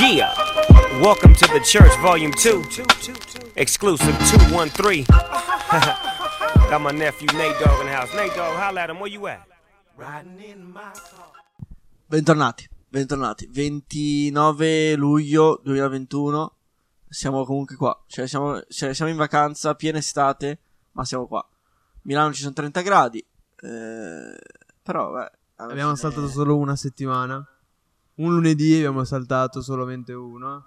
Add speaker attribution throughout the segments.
Speaker 1: Yeah. Welcome to the church, volume two. Exclusive 213. Got my nephew Nate Dogg in the house. Nate Dogg, holla at him. Where you at?
Speaker 2: Bentornati, bentornati. 29 luglio 2021. Siamo comunque qua. Cioè, siamo, cioè, siamo in vacanza, piena estate, ma siamo qua. Milano ci sono 30 gradi. eh, però, beh. alla
Speaker 3: Abbiamo
Speaker 2: fine-
Speaker 3: saltato solo una settimana. Un lunedì abbiamo saltato solamente uno.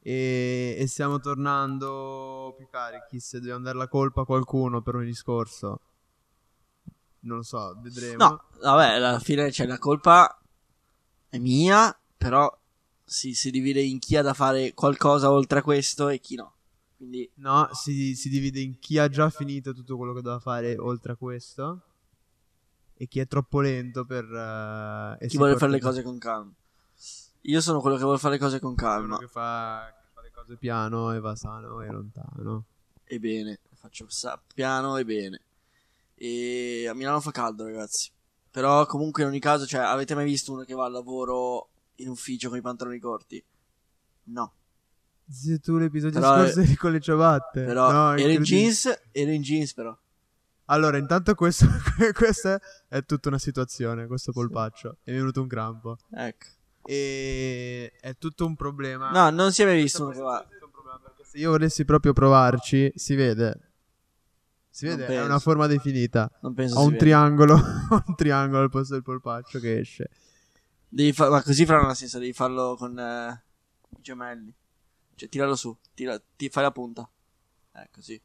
Speaker 3: E, e stiamo tornando più carichi. Se dobbiamo dare la colpa a qualcuno per un discorso, non lo so, vedremo.
Speaker 2: No, vabbè, alla fine cioè, la colpa è mia, però si, si divide in chi ha da fare qualcosa oltre a questo e chi no. Quindi,
Speaker 3: No, si, si divide in chi ha già finito tutto quello che doveva fare oltre a questo. E chi è troppo lento per. eh, e
Speaker 2: chi
Speaker 3: si
Speaker 2: vuole
Speaker 3: porta-
Speaker 2: fare le cose con calma. Io sono quello che vuole fare le cose con
Speaker 3: Quello
Speaker 2: calma.
Speaker 3: che fa, che fa le cose piano e va sano e lontano.
Speaker 2: e bene. Faccio sa- piano e bene. E a Milano fa caldo, ragazzi. Però comunque in ogni caso, cioè, avete mai visto uno che va al lavoro in ufficio con i pantaloni corti? No.
Speaker 3: Sì, tu l'episodio
Speaker 2: Però-
Speaker 3: scorso eri con le ciabatte.
Speaker 2: Però
Speaker 3: Eh, No,
Speaker 2: era in
Speaker 3: incredibile.
Speaker 2: jeans, era in jeans però.
Speaker 3: Allora, intanto questo, questa è tutta una situazione, questo polpaccio. È venuto un crampo.
Speaker 2: Ecco.
Speaker 3: E è tutto un problema.
Speaker 2: No, non si è mai visto
Speaker 3: Questo-
Speaker 2: uno che va.
Speaker 3: questo è un problema, perché Se io volessi proprio provarci, si vede. Si
Speaker 2: Non
Speaker 3: vede, è
Speaker 2: penso.
Speaker 3: una forma definita.
Speaker 2: Non penso
Speaker 3: Ho
Speaker 2: si
Speaker 3: un
Speaker 2: veda.
Speaker 3: triangolo, ho un triangolo al posto del polpaccio che esce.
Speaker 2: Devi fa- ma così farà una senso, devi farlo con eh, i gemelli. Cioè, tiralo su, tira- ti fai la punta. Eh, così.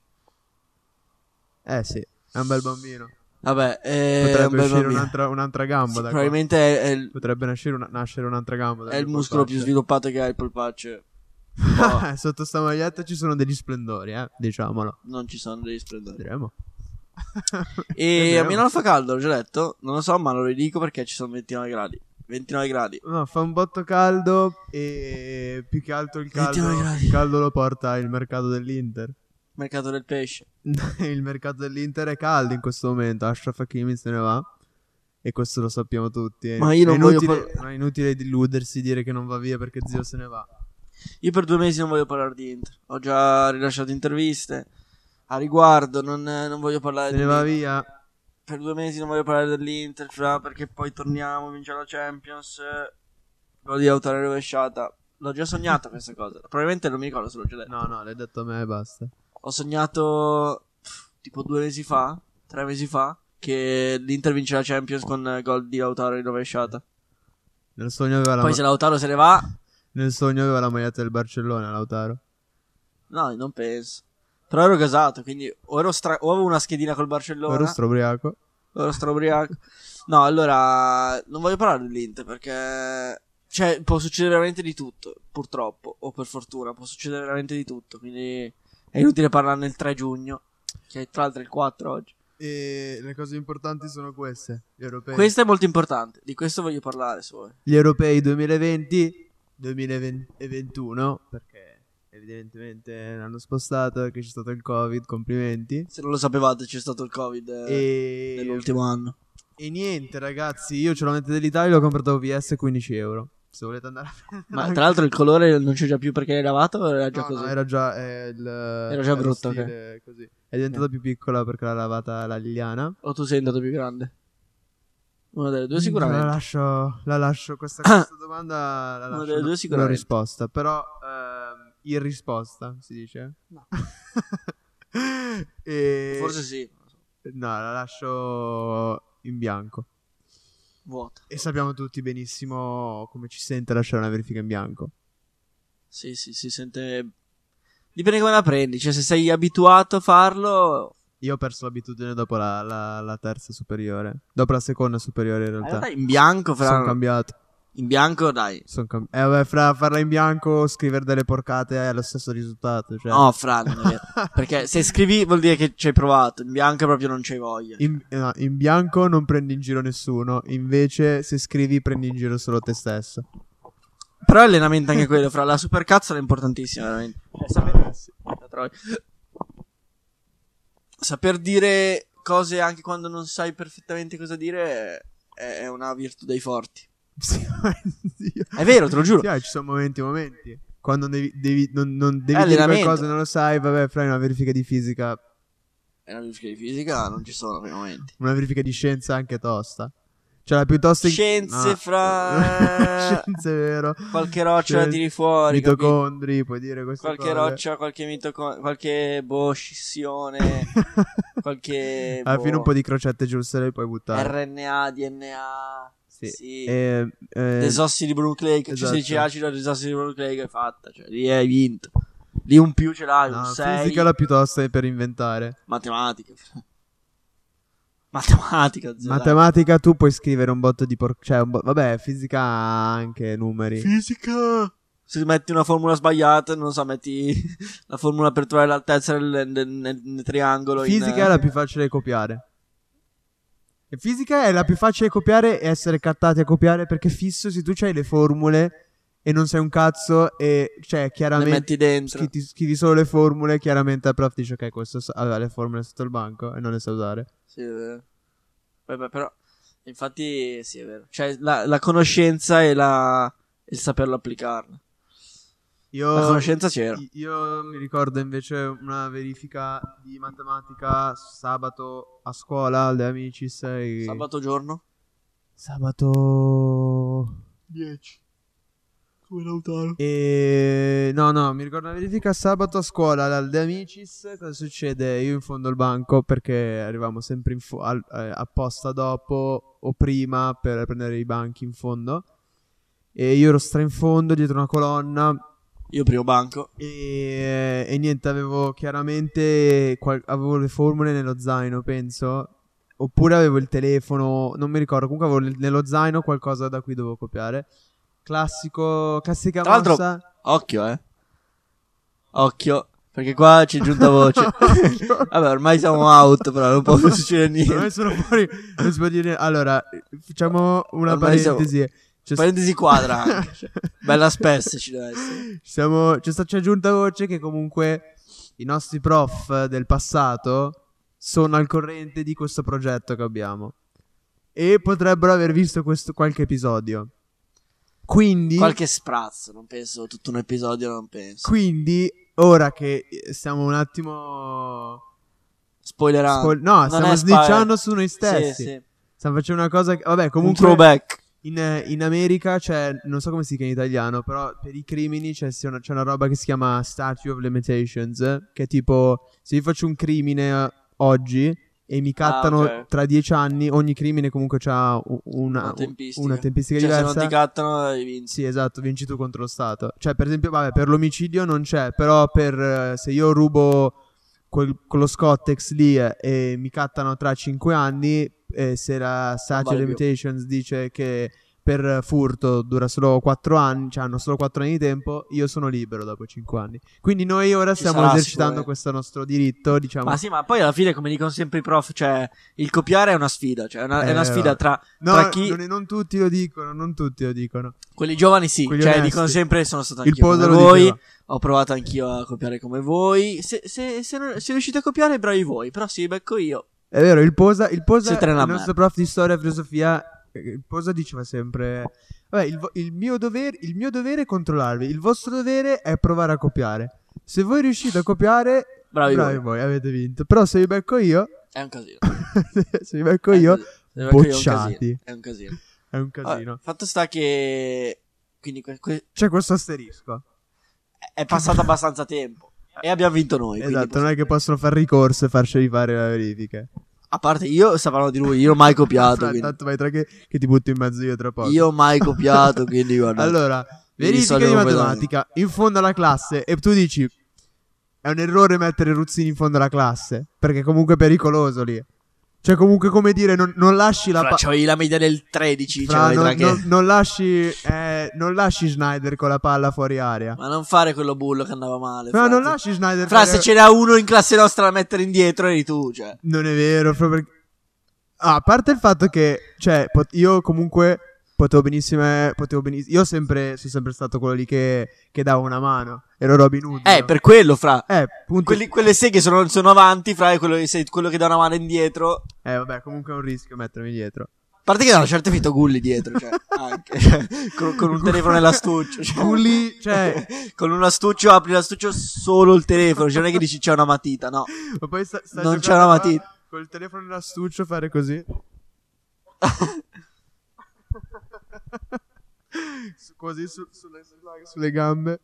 Speaker 3: Eh sì, è un bel bambino.
Speaker 2: Vabbè, eh, è un
Speaker 3: Potrebbe
Speaker 2: bel
Speaker 3: uscire
Speaker 2: bambino.
Speaker 3: un'altra, un'altra
Speaker 2: Sì,
Speaker 3: gamba da qua.
Speaker 2: probabilmente è, è il,
Speaker 3: Potrebbe nascere, una- nascere un'altra gamba.
Speaker 2: è
Speaker 3: dal
Speaker 2: il muscolo più
Speaker 3: polpaccio.
Speaker 2: sviluppato che ha il polpaccio.
Speaker 3: Ah, Sotto sta maglietta ci sono degli splendori, eh, diciamolo.
Speaker 2: Non ci sono degli splendori.
Speaker 3: Vedremo.
Speaker 2: E a
Speaker 3: Vedremo.
Speaker 2: Milano fa caldo, l'ho già detto. Non lo so, ma lo ridico perché ci sono 29 gradi. 29 gradi.
Speaker 3: No, fa un botto caldo e più che altro il
Speaker 2: 29
Speaker 3: caldo,
Speaker 2: gradi.
Speaker 3: il caldo lo porta il mercato dell'Inter.
Speaker 2: Mercato del pesce.
Speaker 3: il mercato dell'Inter è caldo in questo momento, Ashraf Hakimi se ne va e questo lo sappiamo tutti. È-
Speaker 2: Ma io non
Speaker 3: è inutile,
Speaker 2: voglio par-
Speaker 3: no, è inutile illudersi dire che non va via perché zio se ne va.
Speaker 2: Io per due mesi non voglio parlare di Inter. Ho già rilasciato interviste a riguardo. Non, non voglio parlare
Speaker 3: Se
Speaker 2: di
Speaker 3: ne va via.
Speaker 2: Per due mesi non voglio parlare dell'Inter. fra, perché poi torniamo, vinciamo la Champions. Gol di autore rovesciata. L'ho già sognata questa cosa. Probabilmente non mi ricordo se l'ho già detto.
Speaker 3: No, no, l'hai detto a me e basta.
Speaker 2: Ho sognato pff, tipo due mesi fa, tre mesi fa, che l'Inter vince la Champions con eh, gol di Lautaro in rovesciata.
Speaker 3: Nel sogno aveva la,
Speaker 2: Poi
Speaker 3: ma-
Speaker 2: se Lautaro se ne va,
Speaker 3: nel sogno aveva la maglietta del Barcellona, Lautaro.
Speaker 2: no, non penso. Però ero casato, quindi o, ero stra- o avevo una schedina col Barcellona,
Speaker 3: Ora sto ubriaco.
Speaker 2: o ero straubriaco. No, allora, non voglio parlare dell'Inter perché... Cioè, può succedere veramente di tutto, purtroppo, o per fortuna, può succedere veramente di tutto, quindi è inutile parlarne il 3 giugno, che è tra l'altro il 4 oggi.
Speaker 3: E le cose importanti sono queste, gli europei.
Speaker 2: Questo è molto importante, di questo voglio parlare, se vuoi.
Speaker 3: gli europei 2020 2021 perché evidentemente l'hanno spostato perché c'è stato il covid complimenti
Speaker 2: Se non lo sapevate, c'è stato il Covid eh,
Speaker 3: e,
Speaker 2: nell'ultimo anno.
Speaker 3: e niente ragazzi io ce l'ho mette dell'Italia l'ho comprato a VS 15 euro se volete andare a
Speaker 2: Ma tra l'altro il colore non c'è già più perché l'hai lavato o era già
Speaker 3: No, no,
Speaker 2: così?
Speaker 3: era già eh, il, era
Speaker 2: già brutto, Eh.
Speaker 3: stile così. è diventata più piccola perché l'ha lavata la Liliana
Speaker 2: O tu sei andato più grande? Una delle due
Speaker 3: Mm, la
Speaker 2: sicuramente.
Speaker 3: lascio, la lascio questa, questa domanda
Speaker 2: Una
Speaker 3: la lascio
Speaker 2: delle due
Speaker 3: non
Speaker 2: sicuramente.
Speaker 3: risposta però ehm, irrisposta si dice
Speaker 2: No.
Speaker 3: E-
Speaker 2: Forse sì,
Speaker 3: no la lascio in bianco
Speaker 2: vuota.
Speaker 3: e sappiamo tutti benissimo come ci sente lasciare una verifica in bianco
Speaker 2: Sì, sì, si sente... Dipende come la prendi, cioè se sei abituato a farlo...
Speaker 3: io ho perso l'abitudine dopo la, la- la terza superiore dopo la seconda superiore in
Speaker 2: Ah,
Speaker 3: realtà
Speaker 2: dai, in bianco, fra...
Speaker 3: sono cambiato
Speaker 2: In bianco, dai.
Speaker 3: sono cam- eh, vabbè, fra farla in bianco scrivere delle porcate è lo stesso risultato cioè...
Speaker 2: No, fra, non è vero. Perché se scrivi vuol dire che ci hai provato, in bianco proprio non c'hai voglia.
Speaker 3: In, no, in bianco non prendi in giro nessuno, invece se scrivi prendi in giro solo te stesso.
Speaker 2: Però allenamento anche quello, fra la supercazzola è importantissima, veramente.
Speaker 3: Oh,
Speaker 2: Cioè, saper... la trovi. Saper dire cose anche quando non sai perfettamente cosa dire è, è una virtù dei forti.
Speaker 3: Sì, oddio.
Speaker 2: È vero, te lo giuro.
Speaker 3: Sì, ah, ci sono momenti e momenti. Quando devi, devi- non, non devi
Speaker 2: Eh,
Speaker 3: dire
Speaker 2: allenamento.
Speaker 3: qualcosa e non lo sai, vabbè, fai una verifica di fisica,
Speaker 2: E la verifica di fisica non ci sono per i momenti.
Speaker 3: una verifica di scienza anche tosta. Cioè la più tosta... in-
Speaker 2: Scienze
Speaker 3: no.
Speaker 2: fra-
Speaker 3: Scienze, è vero.
Speaker 2: Qualche roccia la
Speaker 3: Scienze-
Speaker 2: tiri fuori, capito?
Speaker 3: Mitocondri, puoi dire queste
Speaker 2: Qualche
Speaker 3: cose.
Speaker 2: roccia, qualche mito, qualche boh, scissione, qualche
Speaker 3: Alla fine
Speaker 2: boh,
Speaker 3: un po' di crocette giuste le puoi buttare.
Speaker 2: RNA, DNA,
Speaker 3: Sì.
Speaker 2: sì.
Speaker 3: E, eh,
Speaker 2: desossiribonucleico,
Speaker 3: esatto.
Speaker 2: cioè se c'è acido desossiribonucleico è fatta, cioè lì hai vinto. Lì un più ce l'hai,
Speaker 3: no,
Speaker 2: un 6.
Speaker 3: fisica è la più tosta per inventare.
Speaker 2: Matematica. Matematica, zero.
Speaker 3: Matematica tu puoi scrivere un botto di por- cioè un bo- vabbè, fisica anche numeri.
Speaker 2: Fisica. Se metti una formula sbagliata, non so, metti la formula per trovare l'altezza nel, nel- nel- nel triangolo. in- eh,
Speaker 3: Fisica è la più facile da copiare. E fisica è la più facile da copiare e essere cattati a copiare perché fisso se tu c'hai le formule e non sei un cazzo e cioè
Speaker 2: Le
Speaker 3: chiaramente
Speaker 2: metti dentro.
Speaker 3: scritti- scrivi solo le formule, chiaramente il prof dice ok, questo sa- aveva le formule sotto il banco e non le sa usare.
Speaker 2: Sì, è vero. Beh, beh, però, infatti, sì, è vero. Cioè, la, la conoscenza e la- il saperlo applicarla.
Speaker 3: Io,
Speaker 2: La conoscenza c'era.
Speaker 3: i- Io mi ricordo invece una verifica di matematica sabato a scuola alle amici. Sei...
Speaker 2: Sabato giorno.
Speaker 3: Sabato 10.
Speaker 2: Come Lautaro.
Speaker 3: E no, no, mi ricordo una verifica sabato a scuola dal De Amicis. Cosa succede? Io in fondo al banco perché arrivavamo sempre in fo- al- eh, apposta dopo o prima per prendere i banchi in fondo. E io ero stra in fondo dietro una colonna.
Speaker 2: Io primo banco.
Speaker 3: E, e niente, avevo chiaramente qual- avevo le formule nello zaino, penso. Oppure avevo il telefono, non mi ricordo. Comunque avevo nel- nello zaino qualcosa da cui dovevo copiare. Classico, classica
Speaker 2: Tra l'altro-
Speaker 3: mossa.
Speaker 2: Occhio, eh. Occhio. Perché qua c'è giunta voce. Vabbè, ormai siamo out, però non può più succedere
Speaker 3: Ormai
Speaker 2: niente.
Speaker 3: sono fuori, non si può dire niente. Allora, facciamo una
Speaker 2: Ormai siamo-
Speaker 3: parentesi. C'è,
Speaker 2: Parentesi quadra anche. cioè, bella spessa ci deve essere.
Speaker 3: siamo- c'è, sta- c'è giunta voce che comunque i nostri prof del passato sono al corrente di questo progetto che abbiamo. E potrebbero aver visto questo, qualche episodio. Quindi...
Speaker 2: Qualche sprazzo, non penso. Tutto un episodio, non penso.
Speaker 3: Quindi, ora che stiamo un attimo...
Speaker 2: Spoilerando.
Speaker 3: Spoil- no,
Speaker 2: Non
Speaker 3: stiamo
Speaker 2: è spoiler.
Speaker 3: snitchando su noi stessi.
Speaker 2: Sì, sì.
Speaker 3: Stiamo facendo una cosa... Che, vabbè,
Speaker 2: Comunque...
Speaker 3: comunque...
Speaker 2: Un throwback.
Speaker 3: In, in America c'è, non so come si chiama in italiano, però per i crimini c'è, c'è una, c'è una roba che si chiama Statue of Limitations, eh, che è tipo, se io faccio un crimine eh, oggi e mi cattano
Speaker 2: Ah, ok.
Speaker 3: tra dieci anni, ogni crimine comunque ha una,
Speaker 2: Una tempistica.
Speaker 3: Ah, una tempistica
Speaker 2: Cioè, se non
Speaker 3: diversa.
Speaker 2: ti cattano, hai vinto.
Speaker 3: Sì, esatto, vinci tu contro lo Stato. Cioè, per esempio, vabbè, per l'omicidio non c'è, però per eh, se io rubo quel- quello Scottex lì eh, e mi cattano tra 5 anni, eh, se la Statue
Speaker 2: vale più.
Speaker 3: Limitations dice che per eh, furto dura solo 4 anni, cioè hanno solo 4 anni di tempo, io sono libero dopo 5 anni. Quindi noi ora
Speaker 2: Ci
Speaker 3: stiamo
Speaker 2: sarà
Speaker 3: esercitando
Speaker 2: sicuramente.
Speaker 3: questo nostro diritto, diciamo.
Speaker 2: Ma sì, ma poi alla fine, come dicono sempre i prof, cioè, il copiare è una sfida. Cioè, è una, è una
Speaker 3: Eh,
Speaker 2: sfida tra,
Speaker 3: No,
Speaker 2: tra chi.
Speaker 3: non, non tutti lo dicono, non tutti lo dicono.
Speaker 2: Quelli giovani sì,
Speaker 3: Quelli
Speaker 2: cioè
Speaker 3: onesti.
Speaker 2: dicono sempre sono stato
Speaker 3: Il
Speaker 2: anch'io come
Speaker 3: Posa lo
Speaker 2: voi,
Speaker 3: diceva.
Speaker 2: ho provato anch'io a copiare come voi, se, se, se, non- se riuscite a copiare bravi voi, però sì, becco io.
Speaker 3: È vero, il Posa, il, Posa,
Speaker 2: Si trena
Speaker 3: il
Speaker 2: a
Speaker 3: nostro prof di storia e filosofia, eh, il Posa diceva sempre, vabbè, il, vo- il mio dovere, il mio dovere è controllarvi, il vostro dovere è provare a copiare. Se voi riuscite a copiare,
Speaker 2: Bravi
Speaker 3: voi. avete vinto. Però se vi becco io,
Speaker 2: È un casino.
Speaker 3: se vi becco
Speaker 2: È un
Speaker 3: io,
Speaker 2: casino. Se becco io è un
Speaker 3: bocciati.
Speaker 2: casino, È un casino.
Speaker 3: è un
Speaker 2: Vabbè,
Speaker 3: casino.
Speaker 2: fatto sta che... Quindi que- que-
Speaker 3: C'è questo asterisco.
Speaker 2: è passato abbastanza tempo e abbiamo vinto noi. quindi
Speaker 3: esatto,
Speaker 2: posso-
Speaker 3: non è che possono far ricorso e farci fare le verifiche.
Speaker 2: A parte io, stavano di lui, io ho mai copiato.
Speaker 3: Fra,
Speaker 2: quindi-
Speaker 3: Tanto vai tra che, che ti butto in mezzo io tra poco.
Speaker 2: Io ho mai copiato, quindi guarda.
Speaker 3: Allora,
Speaker 2: Mi risolvo
Speaker 3: verifica di
Speaker 2: completamente.
Speaker 3: matematica in fondo alla classe e tu dici è un errore mettere Ruzzini in fondo alla classe perché comunque è pericoloso lì. Cioè comunque come dire non, non lasci la
Speaker 2: Fra,
Speaker 3: pa-
Speaker 2: c'ho io la media del 13,
Speaker 3: fra,
Speaker 2: cioè,
Speaker 3: non,
Speaker 2: tra che-
Speaker 3: non- non lasci eh, non lasci Schneider con la palla fuori aria.
Speaker 2: Ma non fare quello bullo che andava male.
Speaker 3: Fra,
Speaker 2: fra,
Speaker 3: non
Speaker 2: tu-
Speaker 3: lasci Schneider
Speaker 2: Fra,
Speaker 3: fuori
Speaker 2: se
Speaker 3: aria.
Speaker 2: ce n'era uno in classe nostra da mettere indietro, eri tu, cioè.
Speaker 3: Non è vero, fra- perché- Ah, a parte il fatto che, cioè, pot- io comunque potevo benissimo, potevo beniss- io sempre, sono sempre stato quello lì che, che dava una mano, ero Robin Hood.
Speaker 2: Eh, per quello, fra.
Speaker 3: Eh, punto.
Speaker 2: Quelli- quelle seghe sono, sono avanti, fra, e quello, che sei- quello che dà una mano indietro.
Speaker 3: Eh, vabbè, comunque è un rischio mettermi dietro.
Speaker 2: parte che da una certa vita Gulli dietro, cioè, anche, cioè, con, con un telefono nell'astuccio. Cioè,
Speaker 3: Gulli, cioè,
Speaker 2: con un astuccio apri l'astuccio solo il telefono, cioè non è che dici c'è una matita, no.
Speaker 3: ma poi sta, sta
Speaker 2: Non c'è
Speaker 3: giocando
Speaker 2: una
Speaker 3: qua
Speaker 2: matita.
Speaker 3: Col telefono nell'astuccio fare così. Su- così su- sulle, sulle gambe.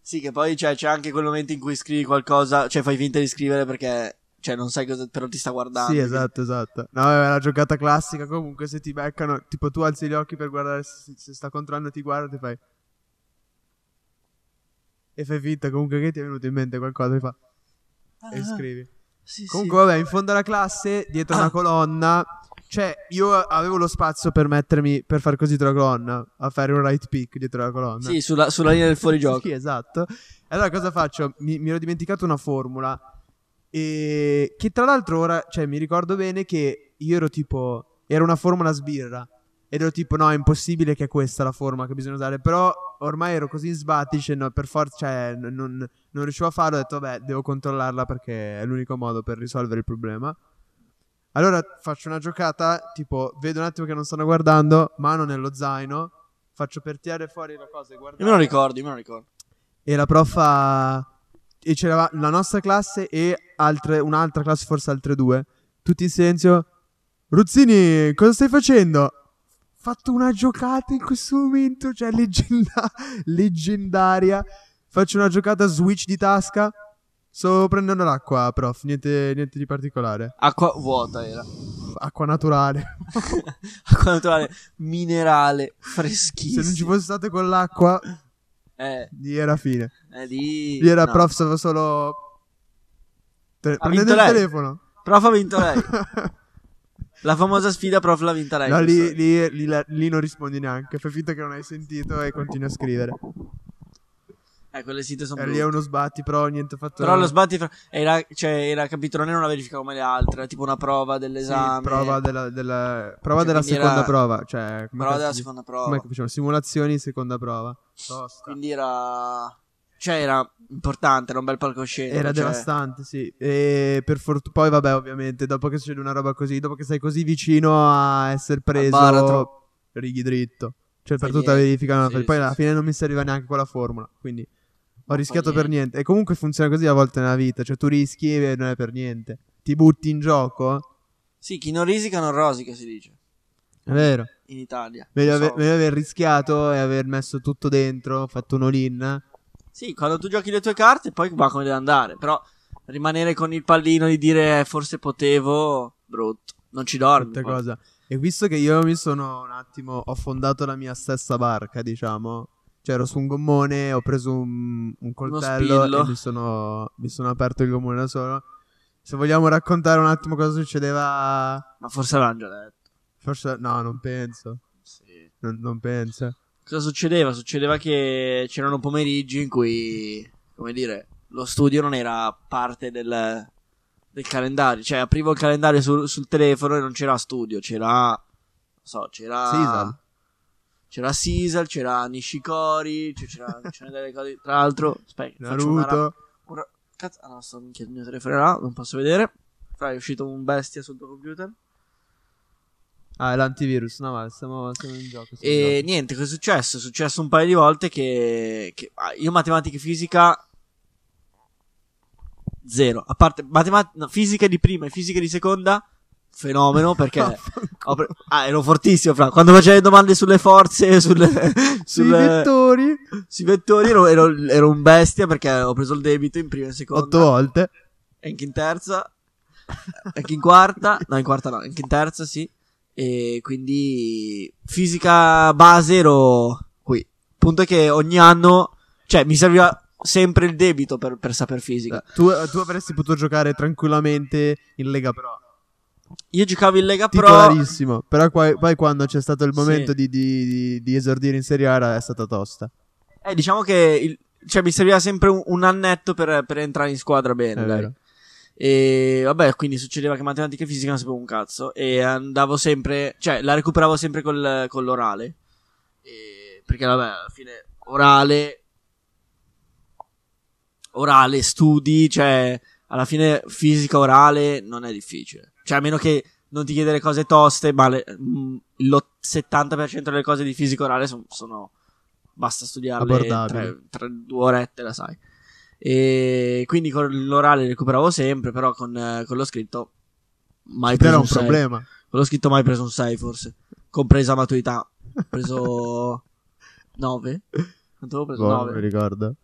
Speaker 2: Sì, che poi cioè, c'è anche quel momento in cui scrivi qualcosa, cioè fai finta di scrivere perché cioè, non sai cosa, però ti sta guardando.
Speaker 3: Sì, esatto, esatto. No, è una giocata classica. Comunque, se ti beccano, tipo tu alzi gli occhi per guardare se, se sta controllando, ti guarda e ti fai. E fai finta comunque che ti è venuto in mente qualcosa e, fa... esatto, e scrivi.
Speaker 2: Ah, Sì, sì.
Speaker 3: Comunque, vabbè, in fondo alla classe, dietro una
Speaker 2: Ah.
Speaker 3: colonna. Cioè, io avevo lo spazio per mettermi, per far così dietro la colonna, a fare un right pick dietro la colonna.
Speaker 2: Sì, sulla, sulla linea del fuorigioco.
Speaker 3: Sì, esatto. E allora cosa faccio? Mi, mi ero dimenticato una formula. E che tra l'altro ora, cioè, mi ricordo bene che io ero tipo. Era una formula sbirra. Ed ero tipo, no, è impossibile che è questa la forma che bisogna usare. Però ormai ero così in sbatti, dicendo, per forza, cioè, n- non, non riuscivo a farlo. Ho detto, vabbè, devo controllarla perché è l'unico modo per risolvere il problema. Allora faccio una giocata, tipo, vedo un attimo che non stanno guardando, mano nello zaino, faccio per tirare fuori la cosa e guardare.
Speaker 2: Io me lo ricordo, io me lo ricordo.
Speaker 3: E la prof ha- E c'era la nostra classe e altre- un'altra classe, forse altre due. Tutti in silenzio. Ruzzini, cosa stai facendo? Fatto una giocata in questo momento, cioè leggenda- leggendaria. Faccio una giocata switch di tasca. Sto prendendo l'acqua, prof. Niente, niente di particolare.
Speaker 2: Acqua vuota era.
Speaker 3: Acqua naturale.
Speaker 2: Acqua naturale, minerale,
Speaker 3: Se
Speaker 2: freschissima.
Speaker 3: non ci fosse stato quell'acqua,
Speaker 2: Eh,
Speaker 3: lì era fine.
Speaker 2: eh, lì...
Speaker 3: Lì era
Speaker 2: no.
Speaker 3: prof, stava solo. Pre-
Speaker 2: Ha
Speaker 3: prendendo il
Speaker 2: vinto lei.
Speaker 3: telefono.
Speaker 2: Prof ha vinto lei. La famosa sfida prof l'ha vinta lei.
Speaker 3: No, lì,
Speaker 2: questo-
Speaker 3: lì- lì la- lì non rispondi neanche. Fai finta che non hai sentito e continui a scrivere.
Speaker 2: Eh, quelle site sono
Speaker 3: E lì è uno sbatti, però niente fatto.
Speaker 2: Però lo sbatti fra- era, cioè, era capitolone non una verifica come le altre, era tipo una prova dell'esame.
Speaker 3: Sì, prova della, della- prova
Speaker 2: Cioè,
Speaker 3: della
Speaker 2: quindi
Speaker 3: seconda
Speaker 2: era-
Speaker 3: prova. Cioè, come
Speaker 2: prova
Speaker 3: cazzo
Speaker 2: della
Speaker 3: si-
Speaker 2: seconda prova.
Speaker 3: Come facciamo? Simulazioni, seconda prova. Tosta.
Speaker 2: Quindi era. Cioè, era importante, era un bel palcoscenico.
Speaker 3: Era
Speaker 2: cioè-
Speaker 3: devastante, sì. E per fortuna. Poi, vabbè, ovviamente, dopo che succede una roba così, dopo che sei così vicino a essere preso,
Speaker 2: baratro.
Speaker 3: righi dritto. Cioè, per
Speaker 2: Fai
Speaker 3: tutta la
Speaker 2: niente.
Speaker 3: verifica. non la
Speaker 2: Sì,
Speaker 3: fai. poi,
Speaker 2: sì,
Speaker 3: alla
Speaker 2: sì.
Speaker 3: fine, non mi serviva neanche quella formula. Quindi, ho
Speaker 2: fai
Speaker 3: rischiato per niente. E comunque funziona così a volte nella vita. Cioè, tu rischi e non è per niente. Ti butti in gioco.
Speaker 2: Sì, chi non risica non rosica, si dice.
Speaker 3: È vero.
Speaker 2: In Italia.
Speaker 3: Meglio,
Speaker 2: Non
Speaker 3: ave-
Speaker 2: so.
Speaker 3: meglio aver rischiato e aver messo tutto dentro, fatto un all-in.
Speaker 2: Sì, quando tu giochi le tue carte, poi va come deve andare. Però rimanere con il pallino di dire eh, forse potevo. Brutto. Non ci dormi.
Speaker 3: questa
Speaker 2: poi.
Speaker 3: cosa. E visto che io mi sono un attimo, ho fondato la mia stessa barca, diciamo. Cioè, ero su un gommone, ho preso un, un coltello
Speaker 2: spillo.
Speaker 3: e mi sono, mi sono aperto il gommone da solo. Se vogliamo raccontare un attimo cosa succedeva,
Speaker 2: Ma forse l'hanno già detto.
Speaker 3: forse no, non penso.
Speaker 2: Sì.
Speaker 3: Non, non penso.
Speaker 2: Cosa succedeva? Succedeva che c'erano pomeriggi in cui, come dire, lo studio non era parte del, del calendario. Cioè, aprivo il calendario sul, sul telefono e non c'era studio, c'era. Non so, c'era.
Speaker 3: Sisal.
Speaker 2: C'era Sisal, c'era Nishikori, cioè c'era, c'erano delle cose. Tra l'altro, aspetta, faccio una ra-
Speaker 3: Naruto.
Speaker 2: un ra- cazzo, ah no, sto minchia, il mio telefono era là, non posso vedere. Fra, è uscito un bestia sul tuo computer.
Speaker 3: Ah, è l'antivirus. No, ma stiamo, stiamo in gioco. siamo in
Speaker 2: E
Speaker 3: gioco.
Speaker 2: niente, cosa è successo? È successo un paio di volte che, che- ah, io matematica e fisica zero, a parte matematica, fisica di prima e fisica di seconda fenomeno perché ho pre- ah, ero fortissimo fra quando facevo le domande sulle forze, sulle,
Speaker 3: Sui
Speaker 2: sulle-
Speaker 3: vettori.
Speaker 2: sui vettori ero, ero- ero un bestia perché ho preso il debito in prima e seconda
Speaker 3: Otto volte.
Speaker 2: e anche in terza, anche in quarta, no, in quarta no, anche in terza, sì. E quindi fisica base ero qui. Punto è che ogni anno, cioè, mi serviva sempre il debito per, per saper fisica.
Speaker 3: Tu, tu avresti potuto giocare tranquillamente in Lega Pro.
Speaker 2: Io giocavo in Lega Pro.
Speaker 3: titolarissimo. Però qua- poi quando c'è stato il
Speaker 2: Sì.
Speaker 3: momento di, di- di- di esordire in Serie A è stata tosta.
Speaker 2: Eh, diciamo che il- cioè, mi serviva sempre un, un annetto per, per entrare in squadra
Speaker 3: È
Speaker 2: bene. Eh, dai.
Speaker 3: vero.
Speaker 2: E vabbè, quindi succedeva che matematica e fisica non sapevo un cazzo. E andavo sempre, cioè la recuperavo sempre col- con l'orale. E- perché vabbè, alla fine orale, orale, studi, cioè alla fine fisica orale non è difficile. Cioè a meno che non ti chiede le cose toste, ma le- mm, mh, il 70% delle cose di fisico orale son- sono... Basta studiarle
Speaker 3: Abbordabili.
Speaker 2: tre, tre, due orette, la sai. E quindi con l'orale recuperavo sempre, però con, eh, con lo scritto mai preso
Speaker 3: Era un
Speaker 2: un sei.
Speaker 3: problema.
Speaker 2: Con lo scritto mai preso un 6 forse, compresa maturità. Ho preso 9. Quanto avevo preso?
Speaker 3: Boh, non mi
Speaker 2: 9.
Speaker 3: ricordo.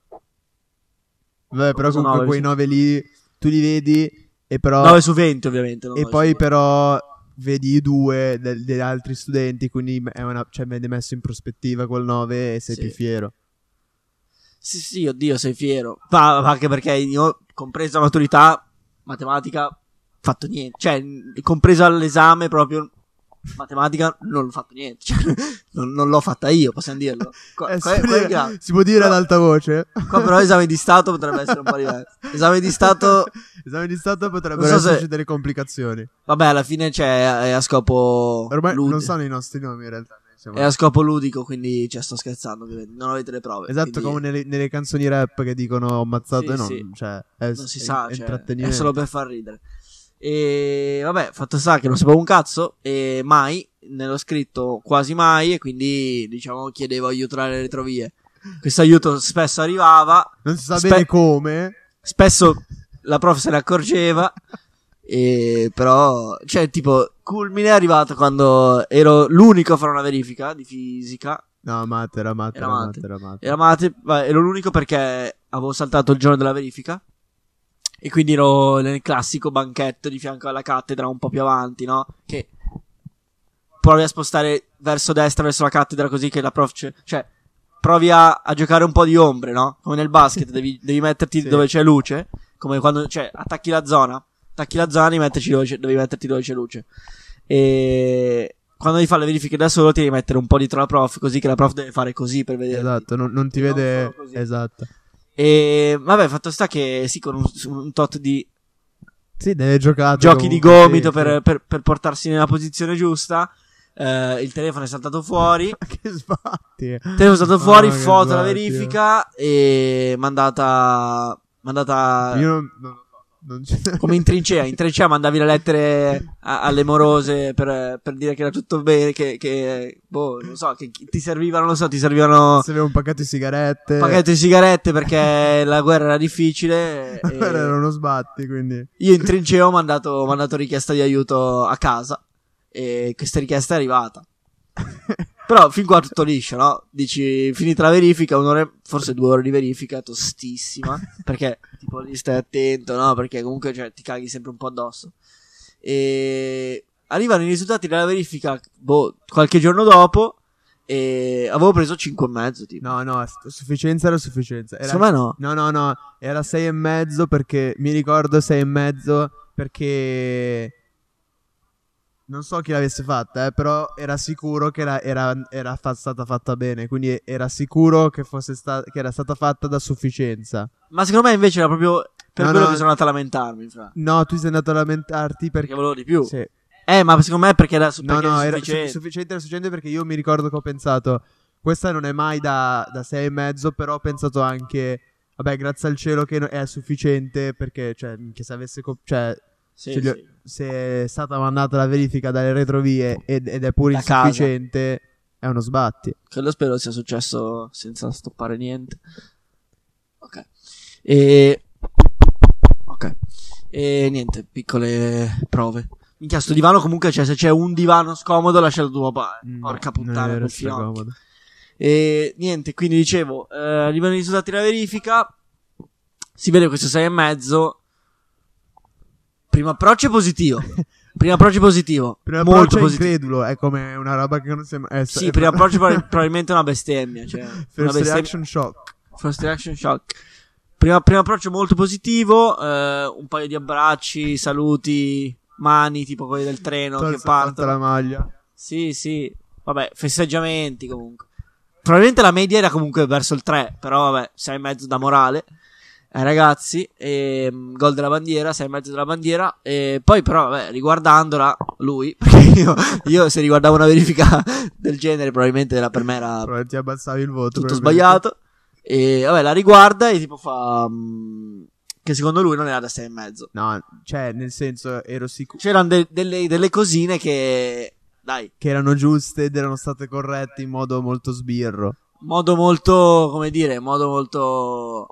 Speaker 3: Vabbè, però
Speaker 2: preso
Speaker 3: comunque
Speaker 2: nove,
Speaker 3: quei
Speaker 2: sì.
Speaker 3: 9 lì tu li vedi e però
Speaker 2: 9 su 20 ovviamente. non
Speaker 3: e
Speaker 2: 9
Speaker 3: poi
Speaker 2: su 20.
Speaker 3: però vedi i due del- degli altri studenti, quindi è una, cioè viene messo in prospettiva quel 9 e sei
Speaker 2: Sì.
Speaker 3: più fiero.
Speaker 2: Sì, sì, oddio, sei fiero. Ma, ma anche perché io, compresa maturità, matematica, fatto niente. Cioè, n- compresa l'esame proprio, matematica, non ho fatto niente. Cioè, non, non l'ho fatta io, possiamo dirlo. Qua,
Speaker 3: Eh,
Speaker 2: qua
Speaker 3: si,
Speaker 2: è-
Speaker 3: può
Speaker 2: qua è
Speaker 3: dire,
Speaker 2: grave.
Speaker 3: si può dire
Speaker 2: Qua-
Speaker 3: ad alta voce?
Speaker 2: Qua però esame di stato esatto, potrebbe essere un po' diverso. Esame di stato
Speaker 3: Esame di stato potrebbero
Speaker 2: Non so se-
Speaker 3: esserci delle complicazioni.
Speaker 2: Vabbè, alla fine c'è è a scopo.
Speaker 3: Ormai
Speaker 2: lud-
Speaker 3: non sanno i nostri nomi in realtà. noi siamo-
Speaker 2: È a scopo ludico, quindi cioè, sto scherzando, ovviamente. Non avete le prove.
Speaker 3: Esatto,
Speaker 2: quindi
Speaker 3: come nelle, nelle canzoni rap che dicono ho ammazzato
Speaker 2: Sì,
Speaker 3: e non,
Speaker 2: sì.
Speaker 3: cioè, è,
Speaker 2: Non si sa,
Speaker 3: è
Speaker 2: cioè, è
Speaker 3: intrattenimento.
Speaker 2: solo per far ridere. E vabbè, fatto sta che non sapevo un cazzo, e mai, nello scritto quasi mai, e quindi diciamo chiedevo aiuto dalle retrovie. Questo aiuto spesso arrivava,
Speaker 3: Non si sa
Speaker 2: Spe-
Speaker 3: bene come.
Speaker 2: spesso la prof se ne accorgeva. E però, cioè, tipo, culmine è arrivato quando ero l'unico a fare una verifica di fisica.
Speaker 3: No, Matte era Matte,
Speaker 2: Era
Speaker 3: era
Speaker 2: Matte.
Speaker 3: Matte, era Matte.
Speaker 2: Era mate, ma ero l'unico perché avevo saltato il giorno della verifica. E quindi ero nel classico banchetto di fianco alla cattedra, un po' più avanti, no? Che provi a spostare verso destra, verso la cattedra, così che la prof. c'è- cioè, provi a, a giocare un po' di ombre, no? Come nel basket, devi, devi metterti
Speaker 3: Sì.
Speaker 2: dove c'è luce. Come quando, cioè, attacchi la zona. Attacchi la zona, devi, metterci dove c'è- devi metterti dove c'è luce. E quando devi fare le verifiche da solo, ti devi mettere un po' dietro la prof, così che la prof deve fare così per vedere.
Speaker 3: Esatto, non, non ti
Speaker 2: Non
Speaker 3: vede.
Speaker 2: solo così.
Speaker 3: Esatto.
Speaker 2: E vabbè, fatto sta che sì, con un, un tot di
Speaker 3: Sì, delle giocate.
Speaker 2: giochi di
Speaker 3: comunque,
Speaker 2: gomito
Speaker 3: sì,
Speaker 2: per,
Speaker 3: sì.
Speaker 2: per- per portarsi nella posizione giusta. eh, il telefono è saltato fuori. Il
Speaker 3: Ma che sbatti. Ah, Il
Speaker 2: telefono è saltato fuori, foto alla verifica e mandata. Mandata
Speaker 3: eh. Io non, non, non ci-
Speaker 2: come in trincea. In trincea mandavi le lettere a- alle morose per, per dire che era tutto bene. Che, che, boh, non so, che ti servivano, non lo so, ti servivano
Speaker 3: Se avevo un pacchetto di sigarette.
Speaker 2: un pacchetto di sigarette perché la guerra era difficile. e-
Speaker 3: Allora era uno sbatti, quindi.
Speaker 2: Io in trincea ho mandato, ho mandato richiesta di aiuto a casa e questa richiesta è arrivata. Però fin qua tutto liscio, no? Dici, finita la verifica, un'ora, forse due ore di verifica, tostissima, perché tipo lì stai attento, no? Perché comunque cioè, ti caghi sempre un po' addosso. E arrivano i risultati della verifica, boh, qualche giorno dopo e avevo preso 5 e mezzo, tipo.
Speaker 3: No, no, s- sufficienza era sufficienza. Era
Speaker 2: Secondo me no.
Speaker 3: No, no, no, era sei e mezzo perché mi ricordo sei e mezzo perché non so chi l'avesse fatta, eh, però era sicuro che era, era- era fa- stata fatta bene, quindi era sicuro che, fosse sta- che era stata fatta da sufficienza.
Speaker 2: Ma secondo me invece era proprio per
Speaker 3: No,
Speaker 2: quello
Speaker 3: no.
Speaker 2: che sono andato a lamentarmi, fra.
Speaker 3: No, tu sei andato a lamentarti
Speaker 2: Perché
Speaker 3: perché...
Speaker 2: volevo di più.
Speaker 3: Sì.
Speaker 2: Eh, ma secondo me è perché era su-
Speaker 3: No,
Speaker 2: perché
Speaker 3: no,
Speaker 2: era
Speaker 3: era
Speaker 2: sufficiente.
Speaker 3: sufficiente. sufficiente, era sufficiente perché io mi ricordo che ho pensato, questa non è mai da, da sei e mezzo, però ho pensato anche, vabbè, grazie al cielo che no- è sufficiente perché, cioè, minchia, se avesse... co- cioè,
Speaker 2: Sì,
Speaker 3: Cioè, gli-
Speaker 2: sì.
Speaker 3: se è stata mandata la verifica dalle retrovie ed, ed è pure
Speaker 2: Da casa.
Speaker 3: insufficiente, è uno sbatti.
Speaker 2: Quello spero sia successo senza stoppare niente. Ok. E... Ok. E niente, piccole prove. Minchia, sto divano comunque, cioè, se c'è un divano scomodo, lasciato tuo papà. eh. Porca puttana, quel finocchio. E niente, quindi dicevo, eh, arrivano i risultati della verifica, si vede questo 6 e mezzo. Primo approccio è positivo. Primo approccio è positivo.
Speaker 3: Prima
Speaker 2: molto
Speaker 3: molto
Speaker 2: positivo.
Speaker 3: incredulo, è come una roba che non sembra... È,
Speaker 2: Sì,
Speaker 3: è-
Speaker 2: primo approccio prob- probabilmente è una bestemmia. Cioè, una
Speaker 3: First
Speaker 2: bestemmia.
Speaker 3: reaction shock.
Speaker 2: First reaction shock. Prima- primo approccio molto positivo, eh, un paio di abbracci, saluti, mani, tipo quelli del treno
Speaker 3: Tolse
Speaker 2: che partono.
Speaker 3: la
Speaker 2: Ah.
Speaker 3: maglia.
Speaker 2: Sì, sì. Vabbè, festeggiamenti comunque. Probabilmente la media era comunque verso il 3, però vabbè, 6 e mezzo da morale. Ai ragazzi, ehm, gol della bandiera, 6 e mezzo della bandiera. E poi però, vabbè, riguardandola, lui, perché io, io se riguardavo una verifica del genere, probabilmente era per me era
Speaker 3: Però ti abbassavi il voto.
Speaker 2: tutto
Speaker 3: probabilmente.
Speaker 2: sbagliato. E vabbè, la riguarda e tipo fa... mm, Che secondo lui non era da 6 e mezzo.
Speaker 3: No, cioè, nel senso, ero sicuro
Speaker 2: C'erano de- delle, delle cosine che. Dai,
Speaker 3: che erano giuste ed erano state corrette in modo molto sbirro.
Speaker 2: modo molto. come dire, modo molto.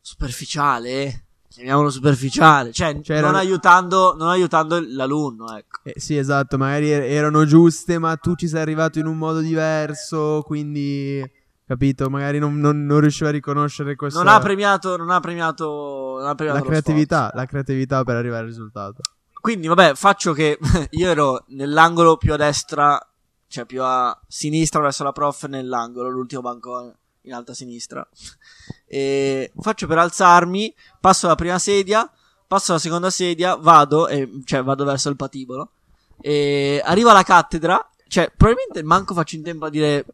Speaker 2: superficiale. eh. Chiamiamolo superficiale. Cioè,
Speaker 3: C'erano-
Speaker 2: non, aiutando, non aiutando l'alunno, ecco.
Speaker 3: Eh, sì, esatto, magari er- erano giuste, ma tu ci sei arrivato in un modo diverso, quindi capito, magari non, non, non riuscivo a riconoscere questa
Speaker 2: Non ha premiato. Non ha premiato. Non ha premiato
Speaker 3: la
Speaker 2: lo
Speaker 3: creatività, la creatività per arrivare al risultato.
Speaker 2: Quindi, vabbè, faccio che io ero nell'angolo più a destra, cioè più a sinistra verso la prof, nell'angolo, l'ultimo bancone in alto a sinistra. E faccio per alzarmi, passo la prima sedia, passo la seconda sedia, vado, e- cioè vado verso il patibolo. E arrivo alla cattedra, cioè probabilmente manco faccio in tempo a dire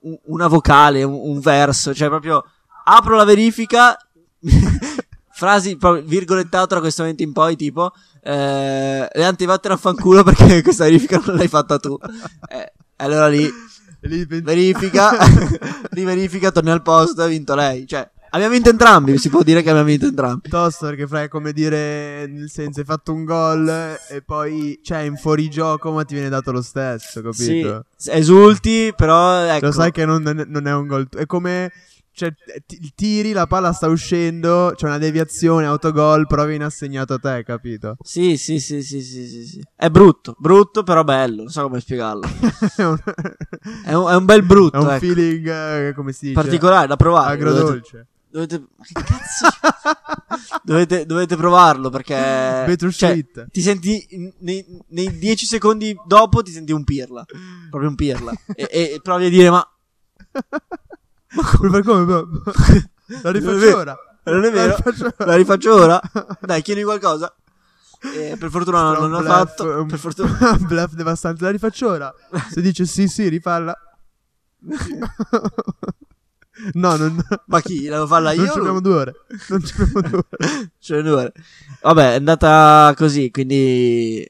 Speaker 2: u- una vocale, un, un verso, cioè proprio apro la verifica. Frasi proprio virgolettate da questo momento in poi, tipo eh, Leante vattene a fanculo perché questa verifica non l'hai fatta tu. Eh, allora lì,
Speaker 3: E lì pen-
Speaker 2: verifica, riverifica, torni al posto, ha vinto lei. Cioè, abbiamo vinto entrambi, si può dire che abbiamo vinto entrambi.
Speaker 3: Tosto perché fra è come dire nel senso hai fatto un gol e poi c'è in fuorigioco ma ti viene dato lo stesso, capito?
Speaker 2: Sì, esulti, però ecco.
Speaker 3: Lo sai che non, non è un gol. È come. Cioè, ti- il tiri, la palla sta uscendo, c'è una deviazione, autogol, però viene assegnato a te, capito?
Speaker 2: Sì, sì, sì, sì, sì, sì, sì. È brutto, brutto però bello, non so come spiegarlo.
Speaker 3: è, un,
Speaker 2: È un, è un bel brutto,
Speaker 3: è un
Speaker 2: ecco.
Speaker 3: feeling, eh, come si dice?
Speaker 2: particolare da provare. Dovete,
Speaker 3: Agrodolce.
Speaker 2: dovete, ma che cazzo? dovete, dovete provarlo perché
Speaker 3: Better
Speaker 2: cioè,
Speaker 3: shit.
Speaker 2: ti senti in- nei, nei 10 secondi dopo ti senti un pirla proprio un pirla e, e- e provi a dire ma
Speaker 3: Ma per come? bro? La
Speaker 2: Non è vero.
Speaker 3: rifaccio ora.
Speaker 2: non è vero la rifaccio ora dai chiedi qualcosa E per fortuna non- non l'ho fatto per fortuna
Speaker 3: Un bluff devastante. La rifaccio ora. Se dice sì, sì, rifalla. no, non,
Speaker 2: ma chi la devo farla io
Speaker 3: non ci
Speaker 2: o lui?
Speaker 3: abbiamo due ore. Non ci abbiamo due ore.
Speaker 2: Cioè, due ore. vabbè è andata così quindi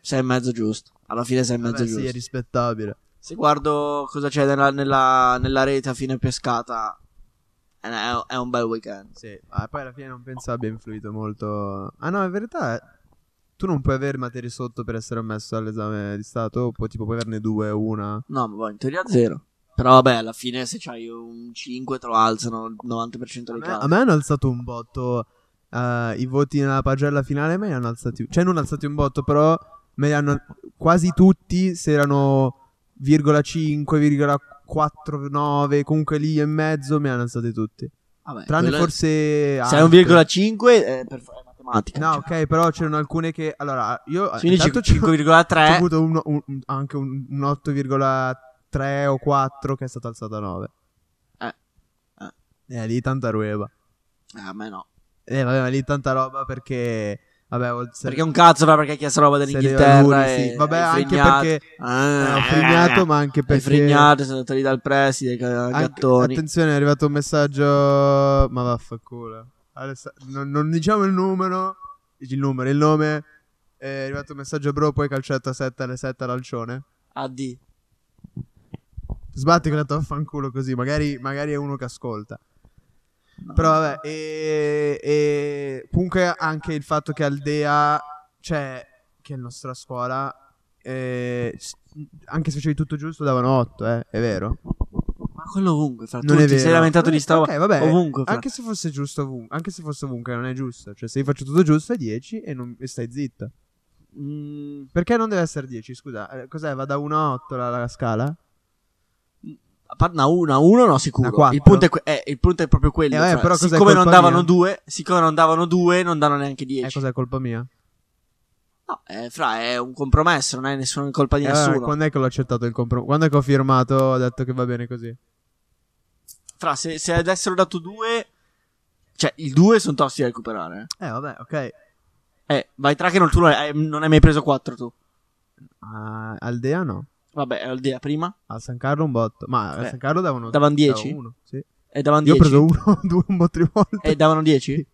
Speaker 2: sei e mezzo giusto alla fine sei e mezzo
Speaker 3: Vabbè,
Speaker 2: giusto
Speaker 3: sì, è rispettabile.
Speaker 2: Se guardo cosa c'è nella, nella- nella rete a fine pescata, è, è- è un bel weekend.
Speaker 3: Sì, ah, poi alla fine non penso abbia influito molto. Ah no, in verità eh, tu non puoi avere materie sotto per essere ammesso all'esame di Stato, o puoi, tipo puoi averne due, una.
Speaker 2: No, ma boh, in teoria zero. Però vabbè, alla fine se c'hai un 5 te lo alzano il 90%
Speaker 3: A
Speaker 2: dei
Speaker 3: me,
Speaker 2: casi.
Speaker 3: a me hanno alzato un botto eh, i voti nella pagella finale, me li hanno alzati. Cioè non alzati un botto, però me li hanno quasi tutti, se erano 0,5, 0,49, comunque lì e mezzo, me li hanno alzati tutti.
Speaker 2: Vabbè,
Speaker 3: Tranne
Speaker 2: quello-
Speaker 3: forse...
Speaker 2: Se è un
Speaker 3: arte.
Speaker 2: 1,5 è, per- è matematica.
Speaker 3: No, ok, però c'erano alcune che... Allora, io...
Speaker 2: Cioè, quindi
Speaker 3: intanto
Speaker 2: cinque-
Speaker 3: ci-
Speaker 2: 5,3.
Speaker 3: Ho avuto un- un- anche un, un 8,3 o 4 che è stato alzato a 9.
Speaker 2: Eh, eh.
Speaker 3: Eh, lì tanta roba.
Speaker 2: Eh, a me no.
Speaker 3: Eh, vabbè, ma lì tanta roba perché... Vabbè, oltre-
Speaker 2: Perché un cazzo, però, perché ha chiesto roba
Speaker 3: se deve a
Speaker 2: dell'Inghilterra.
Speaker 3: lui,
Speaker 2: e-
Speaker 3: sì. Vabbè,
Speaker 2: e
Speaker 3: anche
Speaker 2: frignato.
Speaker 3: perché...
Speaker 2: Ah,
Speaker 3: Eh, ho frignato, ma anche
Speaker 2: Hai
Speaker 3: perché...
Speaker 2: frignato, sono andati lì dal preside,
Speaker 3: anche-
Speaker 2: gattoni.
Speaker 3: attenzione, è arrivato un messaggio... Ma vaffanculo. Alessa- Non, non diciamo il numero. Il numero, il nome. È arrivato un messaggio, bro, poi calcetto a 7 alle 7 all'alcione.
Speaker 2: AD.
Speaker 3: Sbatti con la tua fanculo così, magari, magari è uno che ascolta. Però vabbè, e, e comunque anche il fatto che Aldea, cioè, che è la nostra scuola, eh, s- anche se facevi tutto giusto davano 8, eh, è vero?
Speaker 2: Ma quello ovunque, fra
Speaker 3: Non
Speaker 2: tutti,
Speaker 3: è vero.
Speaker 2: sei lamentato di sta
Speaker 3: Ok, vabbè,
Speaker 2: ovunque, fra.
Speaker 3: Anche se fosse giusto ovunque, anche se fosse ovunque non è giusto. Cioè, se io faccio tutto giusto è 10 e, non- e stai zitta.
Speaker 2: Mm,
Speaker 3: Perché non deve essere 10, scusa? eh, Cos'è? Va da 1 a 8 la, la scala? Eh,
Speaker 2: a parte una 1, uno no
Speaker 3: Una
Speaker 2: sicuro.
Speaker 3: quattro.
Speaker 2: Il punto, è que- eh, il punto è proprio quello,
Speaker 3: Eh, vabbè,
Speaker 2: fra.
Speaker 3: però cos'è
Speaker 2: siccome non
Speaker 3: colpa mia?
Speaker 2: davano due, siccome non davano due, non danno neanche
Speaker 3: Eh,
Speaker 2: 10.
Speaker 3: cos'è colpa mia?
Speaker 2: no, eh, fra, è un compromesso, non è nessuna colpa di
Speaker 3: Eh,
Speaker 2: nessuno.
Speaker 3: quando è che l'ho accettato il compromesso? Quando è che ho firmato? Ho detto che va bene così.
Speaker 2: Eh, Fra, se, se avessero dato due, cioè, il due sono tosti da recuperare.
Speaker 3: Eh, vabbè, ok.
Speaker 2: Eh, Eh, vai tra che non, tu non hai, non hai mai preso quattro tu.
Speaker 3: Ah, Aldea no.
Speaker 2: Vabbè, era l'idea prima,
Speaker 3: A San Carlo un botto. Ma a
Speaker 2: Eh,
Speaker 3: San Carlo davano
Speaker 2: davano 10?
Speaker 3: dava uno, sì.
Speaker 2: e davano Eh,
Speaker 3: Io ho
Speaker 2: 10.
Speaker 3: preso uno, due, un botto di volte.
Speaker 2: E davano 10?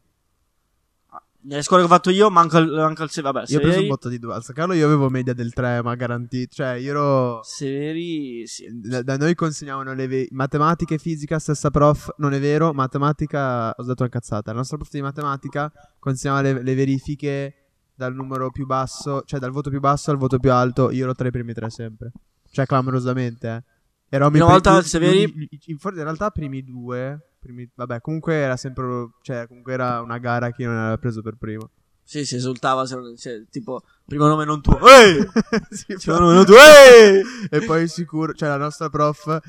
Speaker 2: Ah, Nelle scuole che ho fatto io, manca il, manca il se- Vabbè,
Speaker 3: Io ho preso
Speaker 2: Severi-
Speaker 3: un botto di due. Al Saccarlo io avevo media del 3, ma garantito. Cioè, io ero.
Speaker 2: Severi, sì.
Speaker 3: Da, da noi consegnavano le ve- matematica e fisica, stessa prof. Non è vero, matematica. Ho dato una cazzata. La nostra prof di matematica consegnava le, le verifiche dal numero più basso, cioè dal voto più basso al voto più alto. Io ero tra i primi tre sempre. Cioè, clamorosamente, eh. Eravamo i
Speaker 2: Prima
Speaker 3: pri-
Speaker 2: volta
Speaker 3: gli-
Speaker 2: Severi-
Speaker 3: gli- gli- in, for- in realtà, primi due. primi- vabbè, comunque era sempre. Cioè, comunque era una gara chi non aveva preso per primo.
Speaker 2: Sì, si esultava. Se non- se- tipo, primo nome non tuo. Ehi!
Speaker 3: Sì,
Speaker 2: Secondo
Speaker 3: però-
Speaker 2: me non tuo. Ehi!
Speaker 3: e poi sicuro, cioè la nostra prof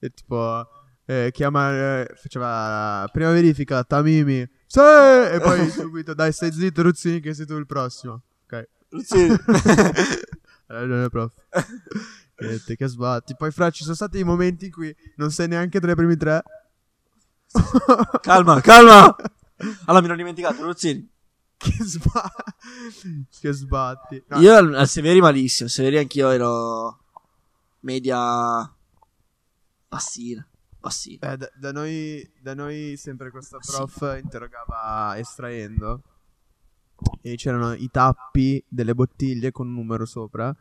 Speaker 3: è tipo eh, chiama eh, faceva la prima verifica Tamimi. Sì! E poi subito dai stai zitto Ruzzini che sei tu il prossimo. Ok.
Speaker 2: Sì.
Speaker 3: Hai ragione prof. Che, te che sbatti. Poi fra ci sono stati dei momenti in cui non sei neanche tra i primi tre.
Speaker 2: calma, calma! Allora, mi ero dimenticato, Ruzzini.
Speaker 3: che sbatti. Che sbatti. No,
Speaker 2: Io al, al Severi malissimo. Severi anch'io ero media bassina. Bassina.
Speaker 3: Eh, da, da noi, da noi sempre questa prof interrogava estraendo e c'erano i tappi delle bottiglie con un numero sopra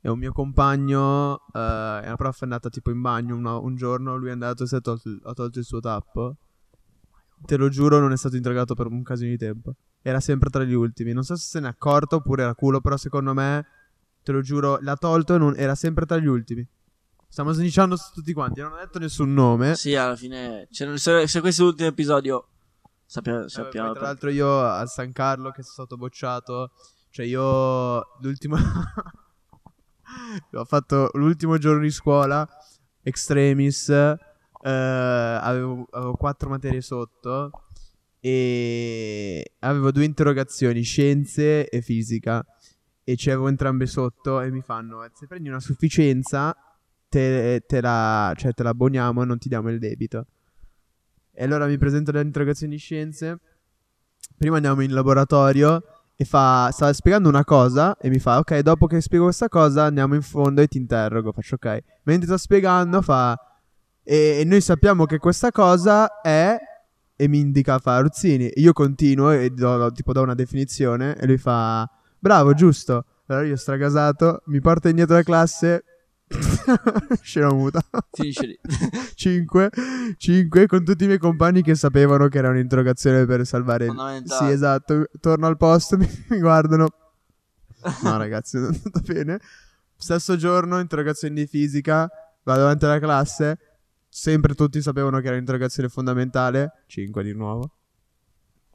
Speaker 3: e un mio compagno, eh, e la prof è andata tipo in bagno una- un giorno, lui è andato e si è tolto, ha tolto il suo tappo. Te lo giuro non è stato interrogato per un casino di tempo. Era sempre tra gli ultimi, non so se se n'è accorto oppure era culo, però secondo me, te lo giuro, l'ha tolto e non, era sempre tra gli ultimi. Stiamo snicciando su tutti quanti, non ho detto nessun nome.
Speaker 2: Sì, alla fine. cioè, non- se, se questo è l'ultimo episodio, sappia-
Speaker 3: Eh,
Speaker 2: sappiamo.
Speaker 3: poi tra l'altro io a San Carlo che sono stato bocciato, cioè io l'ultimo ho fatto l'ultimo giorno di scuola extremis eh, avevo, avevo quattro materie sotto e avevo due interrogazioni scienze e fisica e ci avevo entrambe sotto e mi fanno "Eh, se prendi una sufficienza te, te la, cioè, te la abboniamo e non ti diamo il debito e allora mi presento alle interrogazioni di scienze. Prima andiamo in laboratorio e fa, stava spiegando una cosa e mi fa, ok, dopo che spiego questa cosa andiamo in fondo e ti interrogo. Faccio, ok. Mentre sto spiegando fa, e, e noi sappiamo che questa cosa è... E mi indica, fa Ruzzini. Io continuo e do- tipo do una definizione e lui fa, bravo, giusto. Allora io stragasato, mi porta indietro da classe. Scena muta.
Speaker 2: Finisce lì.
Speaker 3: Eh, 5, 5 con tutti i miei compagni che sapevano che era un'interrogazione per salvare il-
Speaker 2: Fondamentale.
Speaker 3: Sì, esatto. Torno al posto, mi, mi guardano. No, ragazzi, non è andato bene. Stesso giorno, interrogazione di fisica, vado davanti alla classe. Sempre tutti sapevano che era un'interrogazione fondamentale. 5 di nuovo.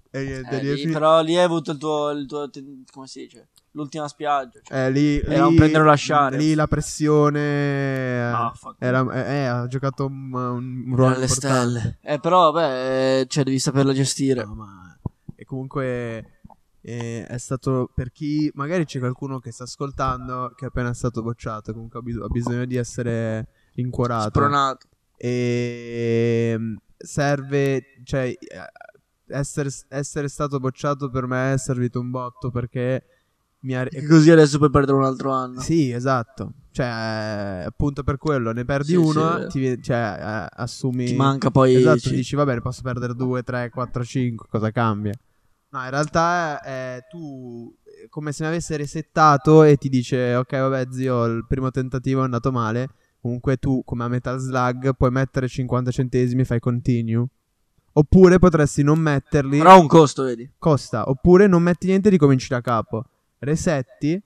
Speaker 3: E niente,
Speaker 2: Eh,
Speaker 3: lì è
Speaker 2: lì-
Speaker 3: finito.
Speaker 2: però lì hai avuto il tuo, il tuo te- come si dice? L'ultima spiaggia. Cioè,
Speaker 3: Eh, lì,
Speaker 2: Era un
Speaker 3: lì-
Speaker 2: prendere o lasciare.
Speaker 3: Lì la pressione.
Speaker 2: Ah, fuck.
Speaker 3: era- eh, eh, ha giocato un, un ruolo
Speaker 2: alle
Speaker 3: importante.
Speaker 2: stelle. Eh, però, beh, eh, cioè, devi saperla gestire.
Speaker 3: No, ma- E comunque eh, è stato per chi magari c'è qualcuno che sta ascoltando che è appena stato bocciato, comunque ha, bis- ha bisogno di essere rincuorato.
Speaker 2: Spronato.
Speaker 3: E mm, serve, cioè eh, essere, essere stato bocciato per me è servito un botto perché mi ha
Speaker 2: E così adesso puoi perdere un altro anno.
Speaker 3: sì, esatto. Cioè, appunto per quello, ne perdi
Speaker 2: Sì,
Speaker 3: uno,
Speaker 2: sì, è
Speaker 3: ti vi- cioè, eh, assumi
Speaker 2: Ti manca poi.
Speaker 3: Esatto,
Speaker 2: sì.
Speaker 3: dici va bene, posso perdere 2, 3, 4, 5, cosa cambia? No, in realtà è, è tu è come se ne avessi resettato e ti dice ok vabbè zio, il primo tentativo è andato male, comunque tu come a Metal Slug puoi mettere 50 centesimi e fai continue. Oppure potresti non metterli,
Speaker 2: Però ha un costo, vedi.
Speaker 3: costa, oppure non metti niente e ricominci da capo. Resetti,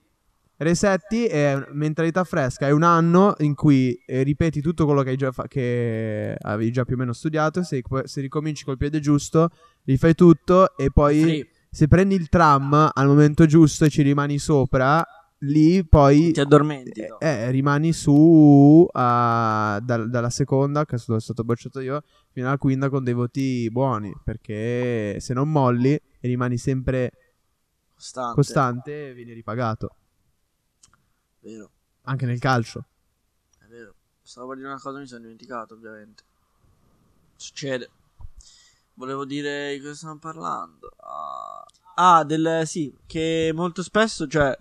Speaker 3: resetti è una mentalità fresca, è un anno in cui eh, ripeti tutto quello che, hai già fa- che avevi già più o meno studiato, se, se ricominci col piede giusto, rifai tutto e poi
Speaker 2: Free.
Speaker 3: se prendi il tram al momento giusto e ci rimani sopra, lì poi...
Speaker 2: Ti addormenti.
Speaker 3: eh,
Speaker 2: no?
Speaker 3: eh, rimani su a- dal- dalla seconda, che sono stato bocciato io, fino alla quinta con dei voti buoni, perché se non molli e rimani sempre
Speaker 2: Costante.
Speaker 3: costante, vieni ripagato.
Speaker 2: Vero,
Speaker 3: Anche nel calcio.
Speaker 2: è vero. Stavo per dire una cosa, mi sono dimenticato, ovviamente. Succede. Volevo dire di cosa stiamo parlando. Ah, ah, del sì, che molto spesso, cioè.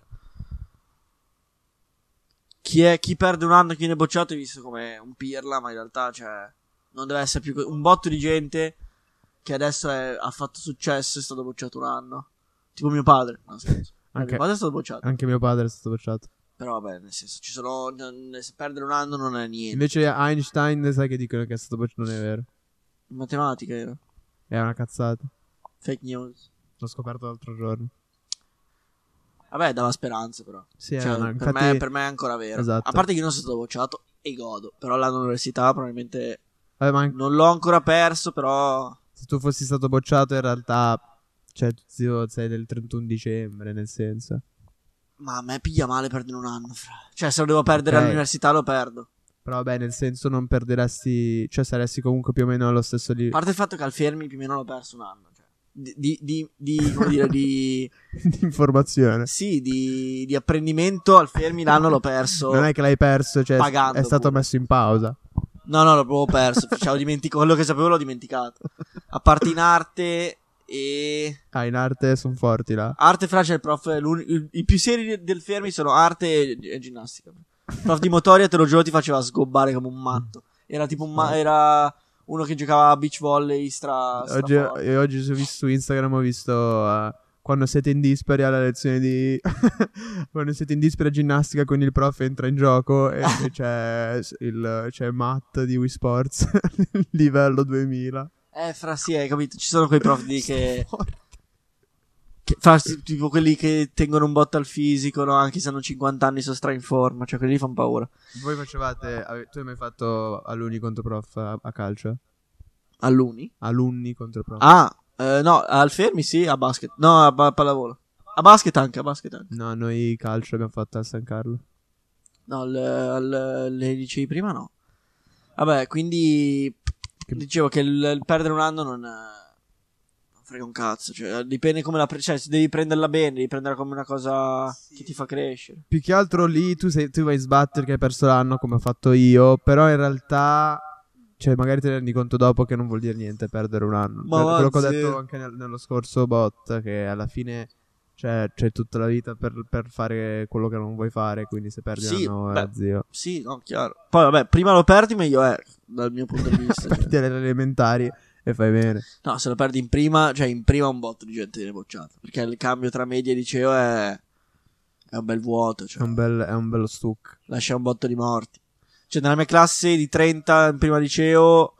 Speaker 2: Chi, è, chi perde un anno, chi viene bocciato è visto come un pirla, ma in realtà, cioè, non deve essere più co- un botto di gente che adesso è- ha fatto successo e è stato bocciato un anno. Tipo mio padre. No, scherzo. Eh,
Speaker 3: Anche-
Speaker 2: Mio padre è stato bocciato.
Speaker 3: Anche mio padre è stato bocciato.
Speaker 2: Però vabbè, nel senso, ci sono. n- n- se perdere un anno non è niente.
Speaker 3: Invece Einstein, sai che dicono che è stato bocciato? Non è vero.
Speaker 2: In matematica era.
Speaker 3: È una cazzata.
Speaker 2: Fake news.
Speaker 3: L'ho scoperto l'altro giorno.
Speaker 2: Vabbè, dava speranza, però.
Speaker 3: Sì, è
Speaker 2: Cioè,
Speaker 3: una-
Speaker 2: per,
Speaker 3: infatti-
Speaker 2: me, per me è ancora vero.
Speaker 3: Esatto.
Speaker 2: A parte che io non sono stato bocciato e godo. Però l'anno all'università probabilmente
Speaker 3: Vabbè, ma anche
Speaker 2: non l'ho ancora perso, però.
Speaker 3: se tu fossi stato bocciato, in realtà. Cioè, zio, sei del 31 dicembre, nel senso.
Speaker 2: Ma a me piglia male perdere un anno. fra. Cioè, se lo devo perdere
Speaker 3: Ok.
Speaker 2: all'università lo perdo.
Speaker 3: Però vabbè, nel senso non perderesti. Cioè, saresti comunque più o meno allo stesso
Speaker 2: A
Speaker 3: livello.
Speaker 2: parte il fatto che al Fermi più o meno l'ho perso un anno. Cioè. Di, di, di, di- come dire, di,
Speaker 3: di informazione.
Speaker 2: sì, di, di apprendimento al Fermi l'anno l'ho perso.
Speaker 3: Non è che l'hai perso, cioè.
Speaker 2: Pagando
Speaker 3: è stato
Speaker 2: pure.
Speaker 3: messo in pausa.
Speaker 2: No, no, l'ho proprio perso. cioè, ho dimenticato, quello che sapevo l'ho dimenticato. A parte in arte e...
Speaker 3: Ah, in arte sono forti là.
Speaker 2: Arte fra c'è il prof, l'uni- il- i più seri de- del Fermi sono arte e, e ginnastica. Il prof di motoria, te lo giuro, ti faceva sgobbare come un matto. Era tipo un ma- era uno che giocava a beach volley stra...
Speaker 3: Oggi,
Speaker 2: straforte.
Speaker 3: e oggi su, su Instagram ho visto eh, quando siete in dispari alla lezione di. quando siete in dispari a ginnastica con il prof entra in gioco e, e c'è, s- il, c'è Matt di Wii Sports, livello 2000.
Speaker 2: Eh, fra sì, hai capito, ci sono quei prof lì che...
Speaker 3: Sono forti.
Speaker 2: che- fra, sì, tipo quelli che tengono un botto al fisico, no? Anche se hanno 50 anni sono stra in forma, cioè quelli lì fanno paura.
Speaker 3: Voi facevate. ave- Tu hai mai fatto alunni contro prof a, a calcio?
Speaker 2: All'uni?
Speaker 3: Alunni contro prof?
Speaker 2: Ah, eh, no, al Fermi sì, a basket. No, a ba- pallavolo. A basket anche, a basket anche.
Speaker 3: No, noi calcio abbiamo fatto a San Carlo.
Speaker 2: No, al, al, le dicevi prima no. Vabbè, quindi dicevo che il, il perdere un anno non, eh, non frega un cazzo. Cioè, dipende come la... pre- cioè, se devi prenderla bene, devi prenderla come una cosa che ti fa crescere.
Speaker 3: Più che altro lì tu, sei, tu vai a sbattere che hai perso l'anno come ho fatto io, però in realtà, cioè magari te ne rendi conto dopo che non vuol dire niente perdere un anno.
Speaker 2: Ma
Speaker 3: Per-
Speaker 2: va,
Speaker 3: quello che ho
Speaker 2: zio.
Speaker 3: detto anche nel- nello scorso bot, che alla fine cioè, c'è tutta la vita per, per fare quello che non vuoi fare, quindi se perdi
Speaker 2: Sì,
Speaker 3: un anno,
Speaker 2: beh,
Speaker 3: eh, zio.
Speaker 2: Sì, no, chiaro. Poi vabbè, prima lo perdi meglio è, dal mio punto di vista. cioè.
Speaker 3: Perdi alle elementari e fai bene.
Speaker 2: No, se lo perdi in prima, cioè in prima un botto di gente viene bocciata. Perché il cambio tra media e liceo è, è un bel vuoto,
Speaker 3: È
Speaker 2: cioè
Speaker 3: un, bel- è un bello stuc.
Speaker 2: lascia un botto di morti. Cioè nella mia classe di 30 in prima liceo,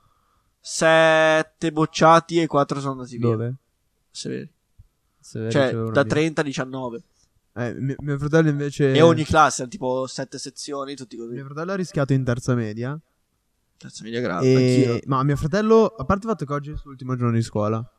Speaker 2: 7 bocciati e 4 sono andati via.
Speaker 3: Dove?
Speaker 2: Severi.
Speaker 3: Se ricevo
Speaker 2: Cioè
Speaker 3: una Eh.
Speaker 2: da
Speaker 3: mia-
Speaker 2: 30 a 19.
Speaker 3: Eh, mi- mio fratello invece...
Speaker 2: E ogni classe, hanno tipo 7 sezioni, tutti così.
Speaker 3: Mio fratello ha rischiato in terza media.
Speaker 2: Terza media grave,
Speaker 3: E...
Speaker 2: Ah, anch'io.
Speaker 3: Ma mio fratello, a parte il fatto che oggi è il suo ultimo giorno di scuola,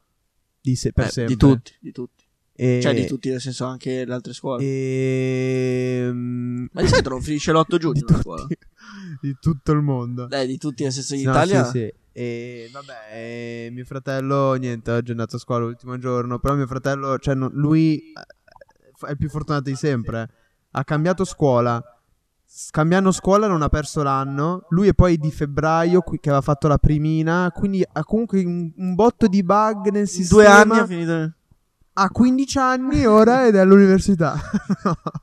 Speaker 3: di se- per
Speaker 2: Eh,
Speaker 3: sempre.
Speaker 2: di tutti, di tutti.
Speaker 3: E...
Speaker 2: Cioè di tutti, nel senso anche le altre scuole.
Speaker 3: E... Ma
Speaker 2: Ma di solito non finisce l'8 giugno la scuola.
Speaker 3: ehm, di tutto il mondo.
Speaker 2: Eh, di tutti, nel senso in
Speaker 3: No,
Speaker 2: Italia.
Speaker 3: sì, sì. E vabbè, e mio fratello, niente, oggi è andato a scuola l'ultimo giorno, però mio fratello, cioè non- lui eh, è il più fortunato di sempre, ha cambiato scuola, S- cambiando scuola non ha perso l'anno, lui è poi di febbraio qui- che aveva fatto la primina, quindi ha comunque un, un botto di bug nel
Speaker 2: In
Speaker 3: sistema,
Speaker 2: due anni ha finito.
Speaker 3: ha 15 anni ora ed è all'università.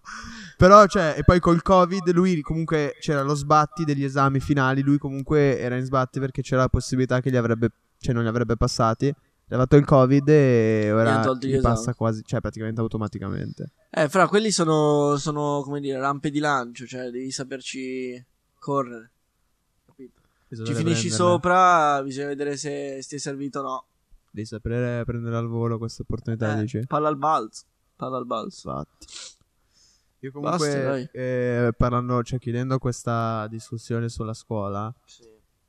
Speaker 3: No. Però, cioè, e poi col Covid lui comunque c'era lo sbatti degli esami finali. Lui comunque era in sbatti perché c'era la possibilità che li avrebbe, cioè, non li avrebbe passati. Gli ha fatto il Covid e
Speaker 2: Gli
Speaker 3: ora
Speaker 2: hanno tolto gli
Speaker 3: li passa
Speaker 2: esami.
Speaker 3: quasi, cioè, praticamente automaticamente.
Speaker 2: Eh, fra quelli sono, sono, come dire, rampe di lancio, cioè devi saperci correre. Capito? Ci finisci sopra, bisogna vedere se ti è servito o no.
Speaker 3: Devi sapere prendere al volo questa opportunità,
Speaker 2: Eh,
Speaker 3: dici?
Speaker 2: palla al balzo, palla al balzo.
Speaker 3: Infatti. Io
Speaker 2: Basta, dai.
Speaker 3: comunque, eh, parlando, cioè, chiudendo questa discussione sulla scuola,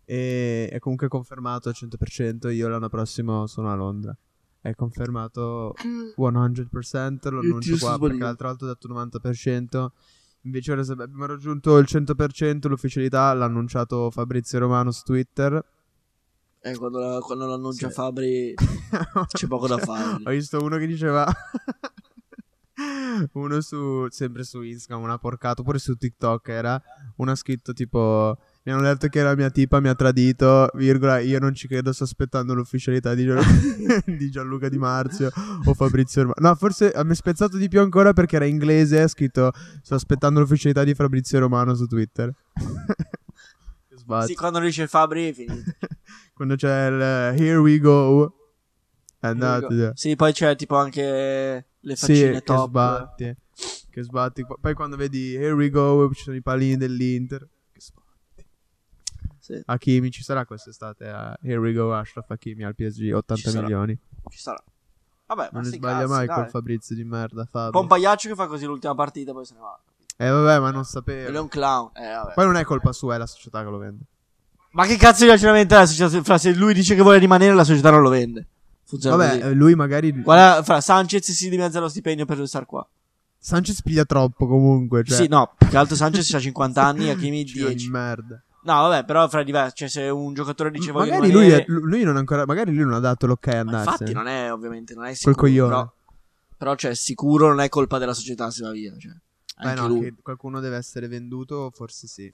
Speaker 3: E è comunque confermato al 100%. Io l'anno prossimo sono a Londra. È confermato 100%. Lo
Speaker 2: Io
Speaker 3: annuncio
Speaker 2: ti sto
Speaker 3: qua perché
Speaker 2: sbagliando.
Speaker 3: l'altro volta ho detto 90%. Invece ora se abbiamo raggiunto il 100% l'ufficialità. L'ha annunciato Fabrizio Romano su Twitter.
Speaker 2: Eh, quando, la- quando lo annuncia
Speaker 3: Sì.
Speaker 2: Fabri, C'è poco da fare.
Speaker 3: Cioè, Ho visto uno che diceva. uno su. Sempre su Instagram, una porcata. Oppure su TikTok era. Uno ha scritto tipo. Mi hanno detto che la mia tipa mi ha tradito, virgola, io non ci credo, sto aspettando l'ufficialità di, Gian- di Gianluca Di Marzio o Fabrizio Romano. No, forse mi ha spezzato di più ancora perché era inglese e ha scritto sto aspettando l'ufficialità di Fabrizio Romano su Twitter. Che sbatti.
Speaker 2: sì, quando lo dice Fabri è finito.
Speaker 3: Quando c'è il eh, here we go.
Speaker 2: Here
Speaker 3: È
Speaker 2: we
Speaker 3: andato.
Speaker 2: go. Sì, poi c'è tipo anche le
Speaker 3: Sì,
Speaker 2: faccine
Speaker 3: che
Speaker 2: top.
Speaker 3: sbatti. Che sbatti. Poi quando vedi Here we go, ci sono i palini dell'Inter. Che sbatti.
Speaker 2: Sì,
Speaker 3: Hakimi ci sarà quest'estate a Here we go Ashraf Hakimi al PSG 80
Speaker 2: Ci sarà.
Speaker 3: milioni.
Speaker 2: ci sarà. Vabbè, ma
Speaker 3: Non ne
Speaker 2: sti
Speaker 3: sbaglia
Speaker 2: cazzi,
Speaker 3: mai
Speaker 2: dai.
Speaker 3: quel Fabrizio di merda, Fabio.
Speaker 2: Poi un pagliaccio che fa così l'ultima partita, poi se ne va.
Speaker 3: Eh vabbè, ma non
Speaker 2: E lui è
Speaker 3: sapevo.
Speaker 2: un clown. Eh, vabbè.
Speaker 3: Poi non è colpa sua, è la società che lo vende.
Speaker 2: Ma che cazzo di ragionamento è la società? Fra se lui dice che vuole rimanere, la società non lo vende. Funziona
Speaker 3: Vabbè,
Speaker 2: così.
Speaker 3: eh, lui magari
Speaker 2: Guarda, fra Sanchez si dimezza lo stipendio per star qua.
Speaker 3: Sanchez piglia troppo comunque, cioè.
Speaker 2: Sì, no, più che altro Sanchez ha 50 anni e Hakimi
Speaker 3: Cioè,
Speaker 2: 10.
Speaker 3: merda.
Speaker 2: No, vabbè, però fra diversi, cioè se un giocatore dice voglio
Speaker 3: magari lui,
Speaker 2: rimanere...
Speaker 3: è- lui non ha ancora, magari lui non ha dato l'ok a
Speaker 2: Ma
Speaker 3: andarsene.
Speaker 2: Infatti non è ovviamente, non è sicuro.
Speaker 3: coglione.
Speaker 2: Però, però cioè sicuro non è colpa della società se va via, cioè.
Speaker 3: Beh,
Speaker 2: Anche
Speaker 3: no,
Speaker 2: lui.
Speaker 3: che qualcuno deve essere venduto, forse sì.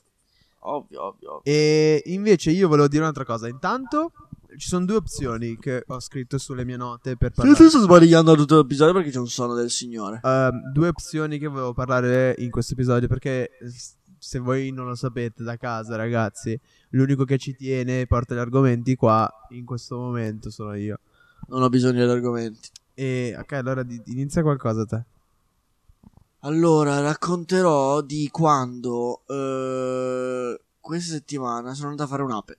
Speaker 2: Ovvio, ovvio. ovvio.
Speaker 3: E invece io volevo dire un'altra cosa. Intanto ci sono due opzioni che ho scritto sulle mie note per
Speaker 2: Io
Speaker 3: parlare.
Speaker 2: ti sto sbadigliando tutto l'episodio perché c'è un sonno del signore.
Speaker 3: Ehm, due opzioni che volevo parlare in questo episodio perché eh, s- se voi non lo sapete da casa, ragazzi, l'unico che ci tiene e porta gli argomenti qua in questo momento sono io.
Speaker 2: Non ho bisogno di argomenti.
Speaker 3: E ok, allora di- inizia qualcosa te.
Speaker 2: Allora, racconterò di quando eh, questa settimana sono andato a fare un'ape.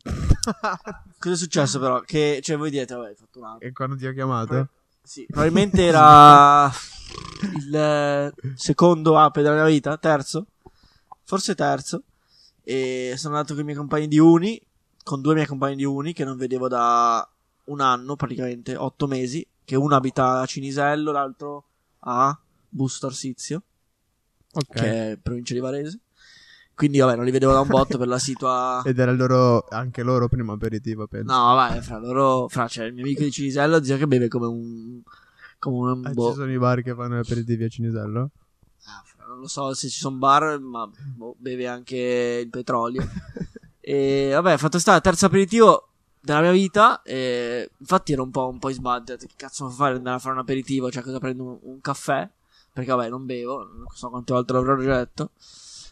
Speaker 2: Cosa è
Speaker 3: Ah.
Speaker 2: successo però? Che, cioè, voi dite, vabbè, hai fatto un'ape.
Speaker 3: e quando ti ho chiamato?
Speaker 2: Sì, probabilmente era il eh, secondo ape della mia vita, terzo, forse terzo. E sono andato con i miei compagni di uni, con due miei compagni di uni che non vedevo da un anno, praticamente otto mesi, che uno abita a Cinisello, l'altro a Busto Arsizio
Speaker 3: Ok.
Speaker 2: che è provincia di Varese. Quindi, vabbè, non li vedevo da un botto per la situa.
Speaker 3: Ed era il loro, anche loro primo aperitivo, penso.
Speaker 2: No, vabbè, fra loro. Fra c'è il mio amico di Cinisello, zio che beve come un. Come un.
Speaker 3: Eh,
Speaker 2: boh.
Speaker 3: Ci sono i bar che fanno gli aperitivi a Cinisello?
Speaker 2: Ah, fra, non lo so se ci sono bar, ma boh, beve anche il petrolio. e vabbè, fatto sta, terzo aperitivo della mia vita. E, infatti ero un po', un po' in sbaglia, ho detto, Che cazzo devo fare? Andare a fare un aperitivo, cioè cosa prendo un, un caffè? Perché vabbè, non bevo, non so quante volte l'avrò già detto.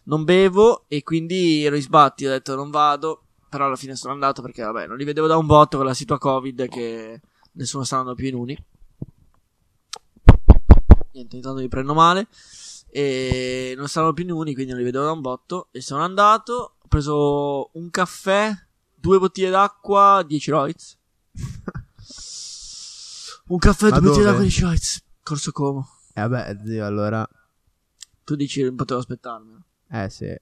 Speaker 2: Non bevo e quindi ero in sbatti, ho detto non vado, però alla fine sono andato perché vabbè, non li vedevo da un botto con la situa Covid che nessuno sta andando più in uni. Niente, intanto mi prendo male e non stavano più in uni, quindi non li vedevo da un botto. E sono andato, ho preso un caffè, due bottiglie d'acqua, 10 Roiz. Un caffè,
Speaker 3: Ma
Speaker 2: due bottiglie
Speaker 3: dove?
Speaker 2: d'acqua, 10 Roiz. Corso Como.
Speaker 3: Eh beh, zio, allora...
Speaker 2: Tu dici, non potevo aspettarmelo.
Speaker 3: Eh sì.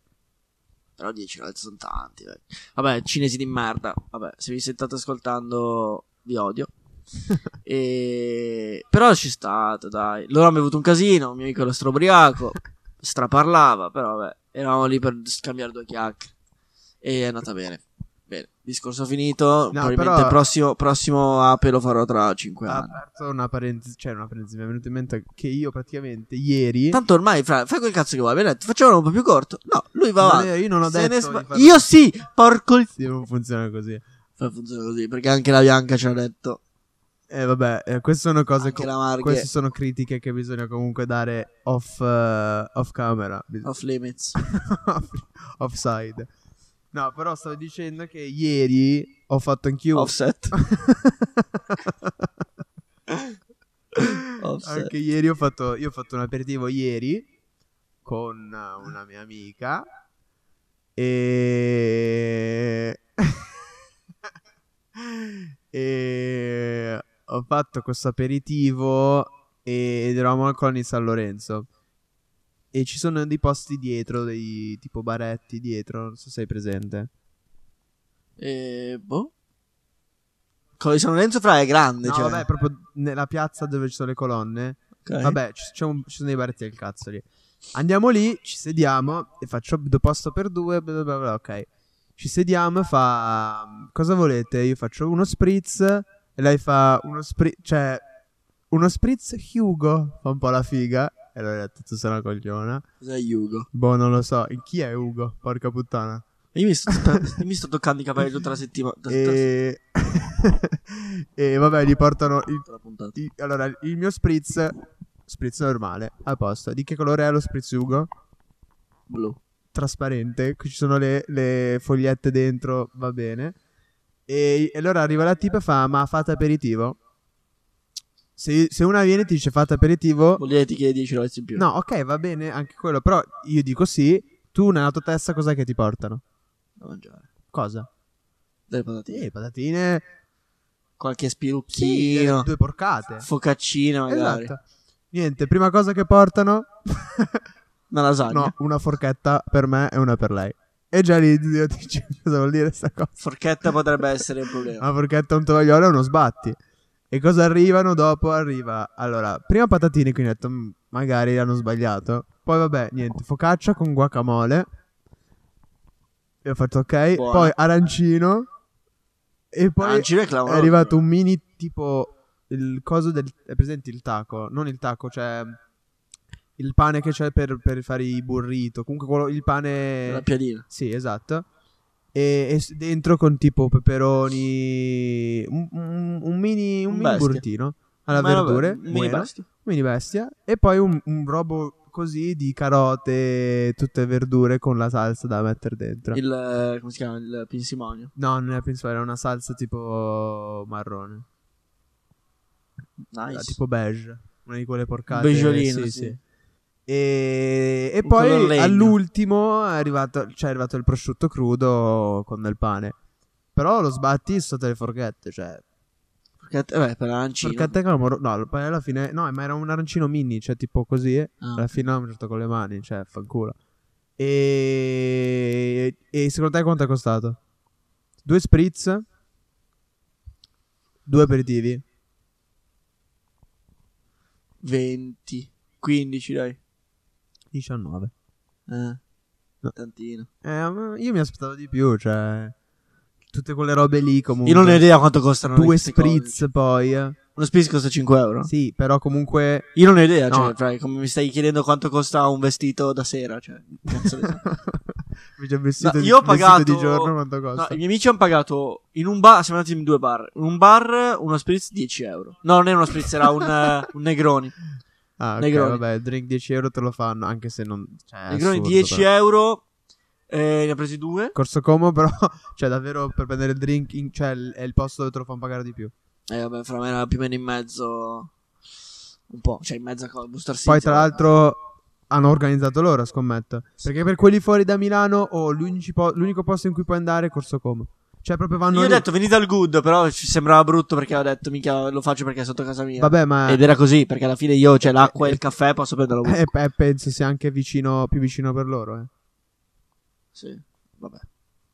Speaker 2: Però 10 Roiz sono tanti. dai. Vabbè, cinesi di merda. Vabbè, se vi state ascoltando, vi odio. E- Però ci stato, dai. Loro hanno bevuto un casino, un mio amico era strobriaco, straparlava, però vabbè, eravamo lì per scambiare due chiacchiere. E è andata bene. Bene, discorso finito. probabilmente
Speaker 3: però- Ah,
Speaker 2: prossimo, prossimo ape lo farò tra 5
Speaker 3: Ha
Speaker 2: anni.
Speaker 3: aperto una parentesi, cioè una parentesi, mi è venuto in mente che io praticamente ieri...
Speaker 2: Tanto ormai, fra, fai quel cazzo che vuoi, abbiamo detto, facciamolo un po' più corto. No, lui va
Speaker 3: Non
Speaker 2: avanti.
Speaker 3: è- io non ho
Speaker 2: Se ne
Speaker 3: detto
Speaker 2: sba-
Speaker 3: di farlo.
Speaker 2: Io sì, porco il...
Speaker 3: Sì, non funziona così.
Speaker 2: Fa- Funziona così, perché anche la Bianca ci ha detto.
Speaker 3: Eh vabbè, eh, queste sono cose...
Speaker 2: Anche la Marghe.
Speaker 3: queste sono critiche che bisogna comunque dare off, eh, off camera. Bis-
Speaker 2: Off limits.
Speaker 3: off- offside. No, però stavo dicendo che ieri ho fatto anch'io...
Speaker 2: Offset. Offset.
Speaker 3: Anche ieri ho fatto, io ho fatto un aperitivo ieri con eh, una mia amica e... e ho fatto questo aperitivo e- ed eravamo al Colony San Lorenzo e ci sono dei posti dietro, dei tipo baretti dietro, non so se sei presente.
Speaker 2: E boh. Quello di San Lorenzo fra è grande,
Speaker 3: No,
Speaker 2: cioè.
Speaker 3: vabbè, proprio nella piazza dove ci sono le colonne.
Speaker 2: Ok.
Speaker 3: Vabbè, ci, c'è un- ci sono dei baretti del cazzo lì. Andiamo lì, ci sediamo e faccio due posto per due. Bla bla bla, bla, ok. Ci sediamo e fa. Cosa volete? Io faccio uno spritz e lei fa uno spritz. Cioè, uno spritz Hugo. Fa un po' la figa. E allora ho detto, tu sei una cogliona.
Speaker 2: Cos'è Hugo?
Speaker 3: Boh, non lo so. E Chi è Ugo? Porca puttana.
Speaker 2: Io mi sto, io mi sto toccando i capelli tutta la settimana. tutta-
Speaker 3: E. e vabbè, gli portano. il-
Speaker 2: tutta la puntata.
Speaker 3: I- allora, il mio spritz. Spritz normale, a posto. Di che colore è lo spritz Ugo?
Speaker 2: Blu.
Speaker 3: Trasparente. Qui ci sono le, le fogliette dentro, va bene. E, e allora arriva la tipa e fa: Ma fate aperitivo? se, se una viene e ti dice fate aperitivo,
Speaker 2: Vuol dire che ti chiede 10 dollari in più.
Speaker 3: no, ok, va bene anche quello, però io dico sì, tu nella tua testa cos'è che ti portano?
Speaker 2: Da mangiare.
Speaker 3: Cosa?
Speaker 2: Delle patatine.
Speaker 3: Sì, patatine,
Speaker 2: Qualche
Speaker 3: sì,
Speaker 2: spirucchino.
Speaker 3: due porcate.
Speaker 2: Focaccina magari.
Speaker 3: Esatto. Niente, prima cosa che portano,
Speaker 2: Una lasagna.
Speaker 3: no, una forchetta per me e una per lei. E già lì io ti dico cosa vuol dire sta cosa.
Speaker 2: Forchetta potrebbe essere un problema.
Speaker 3: Una forchetta, un tovagliolo e uno sbatti. E cosa arrivano dopo? Arriva, allora, prima patatine, quindi ho detto, "Mm, magari hanno sbagliato. Poi vabbè, niente, focaccia con guacamole. E ho fatto ok.
Speaker 2: Buona.
Speaker 3: Poi arancino. E poi
Speaker 2: Arancino è
Speaker 3: è
Speaker 2: clamoroso.
Speaker 3: arrivato un mini tipo, il coso del... È presente il taco? Non il taco, cioè... Il pane che c'è per, per fare i burrito. Comunque quello, il pane...
Speaker 2: Una piadina.
Speaker 3: Sì, esatto. E, e s- dentro con tipo peperoni, un, un- un mini, un
Speaker 2: Un
Speaker 3: mini
Speaker 2: bestia.
Speaker 3: burrino alla
Speaker 2: Ma vabbè,
Speaker 3: verdure,
Speaker 2: mini
Speaker 3: buono,
Speaker 2: bestia.
Speaker 3: mini bestia, e poi un, un robo così di carote, tutte verdure con la salsa da mettere dentro.
Speaker 2: Il, eh, come si chiama? Il pinsimonio.
Speaker 3: No, non è principale, era una salsa tipo marrone,
Speaker 2: Nice.
Speaker 3: tipo beige, una di quelle porcate.
Speaker 2: Beigiolino, sì.
Speaker 3: sì, sì. E, e
Speaker 2: Un color
Speaker 3: poi
Speaker 2: legno.
Speaker 3: all'ultimo è arrivato, cioè è arrivato il prosciutto crudo con del pane. Però lo sbatti sotto le forchette, cioè.
Speaker 2: Forchetta, eh beh, per arancino.
Speaker 3: Forchette clamoro- No, poi alla fine. No, ma era un arancino mini, cioè tipo così. eh.
Speaker 2: Ah.
Speaker 3: Alla fine l'ho mangiato con le mani, cioè, fanculo. E. E secondo te quanto è costato? Due spritz. Due aperitivi.
Speaker 2: 20. 15 dai.
Speaker 3: 19.
Speaker 2: Eh.
Speaker 3: No.
Speaker 2: Tantino.
Speaker 3: Eh, ma io mi aspettavo di più, cioè. Tutte quelle robe lì comunque.
Speaker 2: Io non ho idea quanto costano
Speaker 3: Due
Speaker 2: queste cose.
Speaker 3: spritz poi. eh.
Speaker 2: Uno spritz costa 5 euro.
Speaker 3: Sì, però comunque.
Speaker 2: Io non ho idea,
Speaker 3: No.
Speaker 2: cioè, fra- come mi stai chiedendo quanto costa un vestito da sera, cioè, cazzo ne so.
Speaker 3: Mi già vestito,
Speaker 2: No,
Speaker 3: di-
Speaker 2: io ho
Speaker 3: vestito
Speaker 2: pagato-
Speaker 3: di giorno quanto
Speaker 2: No,
Speaker 3: costa.
Speaker 2: i miei amici hanno pagato in un bar, siamo andati in due bar, in un bar uno spritz 10 euro. No, non era uno spritz, era un, eh, un Negroni.
Speaker 3: Ah, ok,
Speaker 2: Negroni.
Speaker 3: vabbè, il drink 10 euro te lo fanno, anche se non... Cioè, è
Speaker 2: Negroni
Speaker 3: assurdo,
Speaker 2: 10
Speaker 3: però.
Speaker 2: euro, eh, ne ha presi due.
Speaker 3: Corso Como, però, cioè, davvero, per prendere il drink, in- cioè, il- è il posto dove te lo fanno pagare di più.
Speaker 2: E Eh, vabbè, fra me era più o meno in mezzo, un po', cioè in mezzo a cosa, Booster City.
Speaker 3: Poi, tra l'altro, hanno organizzato loro, scommetto. Perché per quelli fuori da Milano, o l'unico posto in cui puoi andare è Corso Como. Cioè, proprio vanno...
Speaker 2: Io ho
Speaker 3: lì.
Speaker 2: detto venite al good, però ci sembrava brutto perché ho detto minchia lo faccio perché è sotto casa mia.
Speaker 3: Vabbè, ma...
Speaker 2: Ed era così, perché alla fine io, cioè l'acqua e
Speaker 3: Eh,
Speaker 2: il caffè posso prenderlo ovunque.
Speaker 3: eh, eh, penso sia anche vicino, più vicino per loro, eh.
Speaker 2: Sì, vabbè.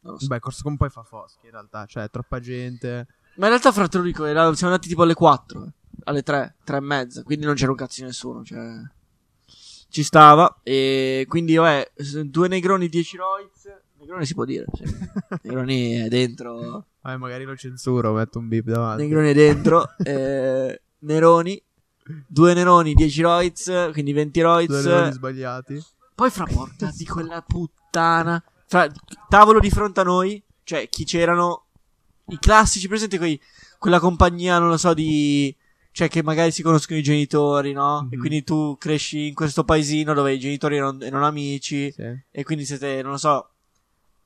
Speaker 2: Non lo so.
Speaker 3: Beh, Corso Como poi fa foschi, in realtà. Cioè, è troppa gente.
Speaker 2: Ma in realtà, fra te lo dico, era- siamo andati tipo alle 4, eh, alle 3, 3 e mezza, quindi non c'era un cazzo di nessuno, cioè... Ci stava, e quindi, vabbè, s- due negroni, 10 roiz, negroni si può dire, sì. negroni è dentro,
Speaker 3: Vabbè, magari lo censuro, metto un beep davanti.
Speaker 2: negroni è dentro, eh, neroni, due neroni, 10 roiz, quindi 20
Speaker 3: Due errori
Speaker 2: roiz,
Speaker 3: sbagliati.
Speaker 2: poi fra porca di quella puttana, fra tavolo di fronte a noi, cioè chi c'erano i classici, presenti quei, quella compagnia, non lo so, di... Cioè che magari si conoscono i genitori, no? E
Speaker 3: Mhm.
Speaker 2: quindi tu cresci in questo paesino dove i genitori non- erano amici
Speaker 3: Sì.
Speaker 2: e quindi siete, non lo so,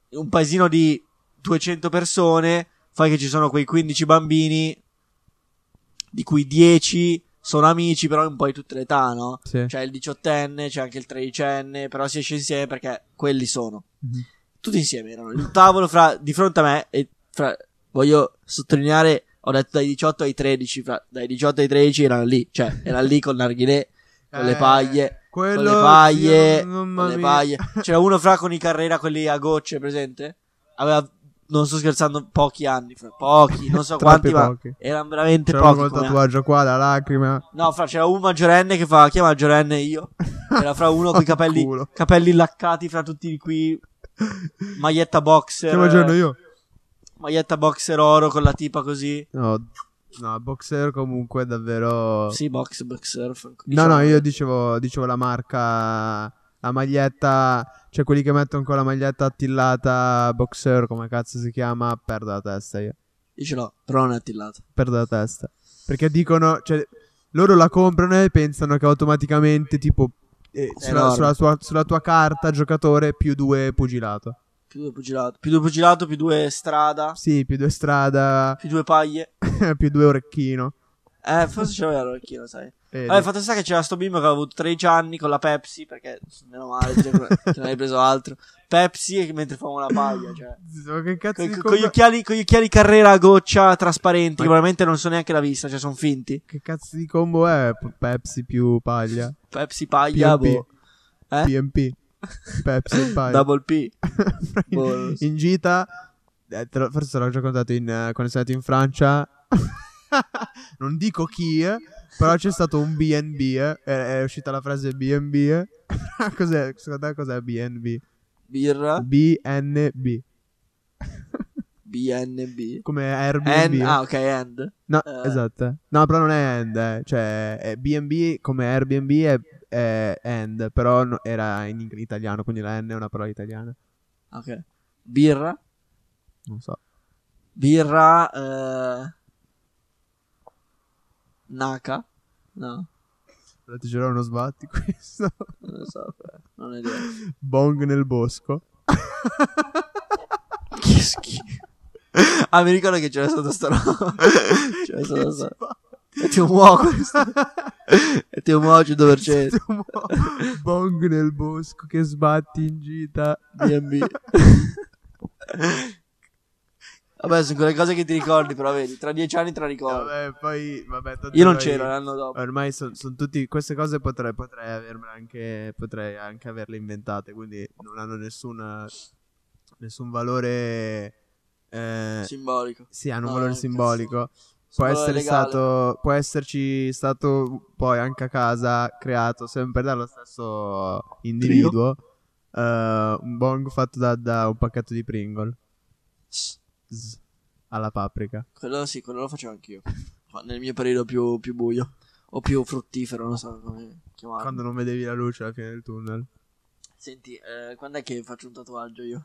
Speaker 2: un paesino di 200 persone, fai che ci sono quei 15 bambini, di cui 10 sono amici, però un po' di tutte le età, no?
Speaker 3: Sì.
Speaker 2: c'è il diciottenne, c'è anche il tredicenne, però si esce insieme perché quelli sono.
Speaker 3: Mhm.
Speaker 2: Tutti insieme erano. Il tavolo fra, di fronte a me e fra, voglio sottolineare, ho detto dai 18 ai 13, fra, dai 18 ai 13 erano lì, cioè erano lì con narghilè, con le
Speaker 3: Eh,
Speaker 2: paglie,
Speaker 3: quello,
Speaker 2: con le paglie,
Speaker 3: zio, mamma
Speaker 2: con le
Speaker 3: mia.
Speaker 2: paglie. C'era uno fra con i carrera, quelli a gocce, presente? Aveva, non sto scherzando, pochi anni, fra, pochi, non so
Speaker 3: Troppi
Speaker 2: quanti, ma
Speaker 3: pochi.
Speaker 2: erano veramente
Speaker 3: C'era
Speaker 2: pochi.
Speaker 3: col
Speaker 2: come anni.
Speaker 3: tatuaggio qua, la lacrima.
Speaker 2: No, fra c'era un maggiorenne che fa. Chi è maggiorenne? Io. Era fra uno con i capelli,
Speaker 3: Culo.
Speaker 2: capelli laccati, fra tutti qui. Maglietta boxer.
Speaker 3: Che maggiorno io?
Speaker 2: Maglietta boxer oro con la tipa così.
Speaker 3: No, no, boxer comunque è davvero...
Speaker 2: Sì, box, boxer. franco-
Speaker 3: no,
Speaker 2: diciamo.
Speaker 3: no, io dicevo, dicevo la marca, la maglietta, cioè quelli che mettono con la maglietta attillata, boxer, come cazzo si chiama, perdo la testa io.
Speaker 2: Io ce l'ho, però non è attillato.
Speaker 3: Perdo la testa. Perché dicono, cioè, loro la comprano e pensano che automaticamente tipo... eh, sulla,
Speaker 2: Enorme.
Speaker 3: sulla sua- sulla tua carta giocatore più due pugilato.
Speaker 2: Più due pugilato. Più due pugilato, più due strada.
Speaker 3: Sì, più due strada,
Speaker 2: Più due paglie.
Speaker 3: più due orecchino. Eh,
Speaker 2: Eh, forse ce l'aveva l'orecchino, sai.
Speaker 3: Vedi?
Speaker 2: Vabbè, fatto sta che c'era sto bimbo che aveva avuto 13 anni con la Pepsi, perché meno male, te te ne hai preso altro. Pepsi e mentre fuma una paglia, cioè.
Speaker 3: Ma che cazzo
Speaker 2: Con,
Speaker 3: di
Speaker 2: con- con
Speaker 3: compra-
Speaker 2: gli occhiali, con gli occhiali carrera a goccia trasparenti,
Speaker 3: Ma-
Speaker 2: che veramente non so neanche la vista, cioè sono finti.
Speaker 3: Che cazzo di combo è P- Pepsi più paglia?
Speaker 2: Pepsi paglia,
Speaker 3: P&P.
Speaker 2: boh. Eh?
Speaker 3: PMP. Pepsi e paglia.
Speaker 2: Double P. Boh, non
Speaker 3: in,
Speaker 2: so.
Speaker 3: gita, eh, te l'ho- forse te l'ho già raccontato in, eh, quando sono andato in Francia. non dico chi, eh, però c'è stato un BNB. eh, è, è uscita la frase BNB. eh. cos'è? Secondo te cos'è BNB?
Speaker 2: Birra,
Speaker 3: BNB.
Speaker 2: BNB.
Speaker 3: Come
Speaker 2: And,
Speaker 3: Airbnb.
Speaker 2: ah, ok, and.
Speaker 3: No,
Speaker 2: Eh.
Speaker 3: esatto. No, però non è end, eh. cioè è B&B come Airbnb è, è end, però no- era in, ing- italiano, quindi la N è una parola italiana.
Speaker 2: Ok. Birra,
Speaker 3: Non so.
Speaker 2: birra, eh... Naka. No,
Speaker 3: Ti giuro uno sbatti questo.
Speaker 2: non lo so, non ho idea.
Speaker 3: Bong nel bosco.
Speaker 2: Che schifo. Ah, mi ricordo che c'era stato sta roba. C'era stato sta... E ti muovo questo. E ti muovo 100%.
Speaker 3: Bong nel bosco che sbatti in gita.
Speaker 2: B&B. Vabbè, sono quelle cose che ti ricordi, però vedi, tra dieci anni te la ricordi.
Speaker 3: Vabbè, poi vabbè, tanto
Speaker 2: Io non
Speaker 3: poi-
Speaker 2: c'ero eh. l'anno dopo.
Speaker 3: Ormai sono tutti queste cose potrei, potrei avermele anche potrei anche averle inventate, quindi non hanno nessuna, nessun valore eh, sì.
Speaker 2: Simbolico.
Speaker 3: hanno un
Speaker 2: No,
Speaker 3: valore
Speaker 2: cazzo.
Speaker 3: simbolico. Può
Speaker 2: Simbolo
Speaker 3: essere
Speaker 2: legale.
Speaker 3: stato può esserci stato poi anche a casa creato sempre dallo stesso individuo eh, un bong fatto da, da un pacchetto di Pringle Zzz, alla paprika.
Speaker 2: Quello sì, quello lo facevo anch'io. Ma Nel mio periodo più, più buio. O più fruttifero, non so come chiamarlo.
Speaker 3: Quando non vedevi la luce alla fine del tunnel.
Speaker 2: Senti, eh, quando è che faccio un tatuaggio io?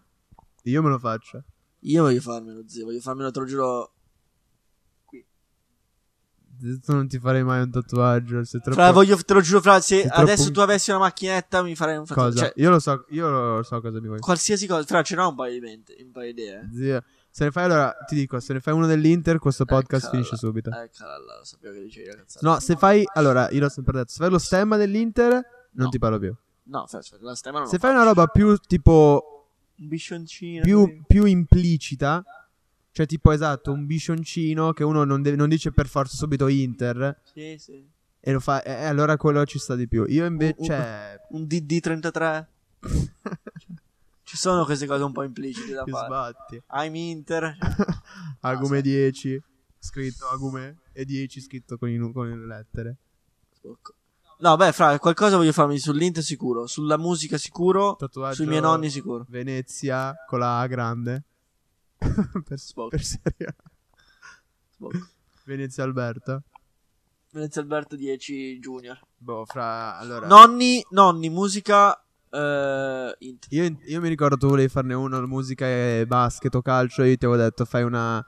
Speaker 3: Io me lo faccio.
Speaker 2: Io voglio farmelo, zio. Voglio farmelo, te lo giuro.
Speaker 3: Tu non ti farei mai un tatuaggio. Sei troppo...
Speaker 2: Fra, voglio, te lo giuro, fra, se
Speaker 3: sei troppo
Speaker 2: adesso
Speaker 3: un-
Speaker 2: tu avessi una macchinetta mi farei un tatuaggio.
Speaker 3: Cosa?
Speaker 2: Cioè,
Speaker 3: Io lo so, io lo so cosa mi vuoi.
Speaker 2: qualsiasi cosa. Fra, ce n'ho un paio di mente, un paio di idee. eh.
Speaker 3: Zio, se ne fai allora, ti dico, se ne fai uno dell'Inter, questo podcast
Speaker 2: Eccola.
Speaker 3: finisce subito.
Speaker 2: Eccola là, lo sapevo che dicevi la cazzata.
Speaker 3: No, se fai, allora, io l'ho sempre detto, se fai lo stemma dell'Inter, non
Speaker 2: No.
Speaker 3: ti parlo più.
Speaker 2: No, fra, fra, la stemma non
Speaker 3: Se
Speaker 2: lo
Speaker 3: fai
Speaker 2: faccio.
Speaker 3: una roba più, tipo,
Speaker 2: Un biscioncino.
Speaker 3: più,
Speaker 2: così.
Speaker 3: più implicita, cioè tipo, esatto, un biscioncino che uno non, deve- non dice per forza subito Inter,
Speaker 2: Sì, sì.
Speaker 3: e lo fa, e e allora quello ci sta di più.
Speaker 2: Uh,
Speaker 3: Io invece, cioè,
Speaker 2: Un DD33. Ci sono queste cose un po' implicite da
Speaker 3: ti
Speaker 2: fare.
Speaker 3: sbatti.
Speaker 2: I'm Inter.
Speaker 3: Agume 10 scritto Agume e 10 scritto con, i nu- con le lettere.
Speaker 2: No, beh, fra, qualcosa voglio farmi sull'Inter sicuro, sulla musica sicuro,
Speaker 3: Tatuaggio
Speaker 2: sui miei nonni sicuro.
Speaker 3: Venezia con la A grande. per,
Speaker 2: Sbocco.
Speaker 3: per serio.
Speaker 2: Sbocco.
Speaker 3: Venezia Alberto.
Speaker 2: Venezia Alberto 10 Junior.
Speaker 3: Boh, fra allora
Speaker 2: Nonni, nonni, musica eh, Inter.
Speaker 3: io, io mi ricordo tu volevi farne uno musica e basket o calcio, io ti avevo detto fai una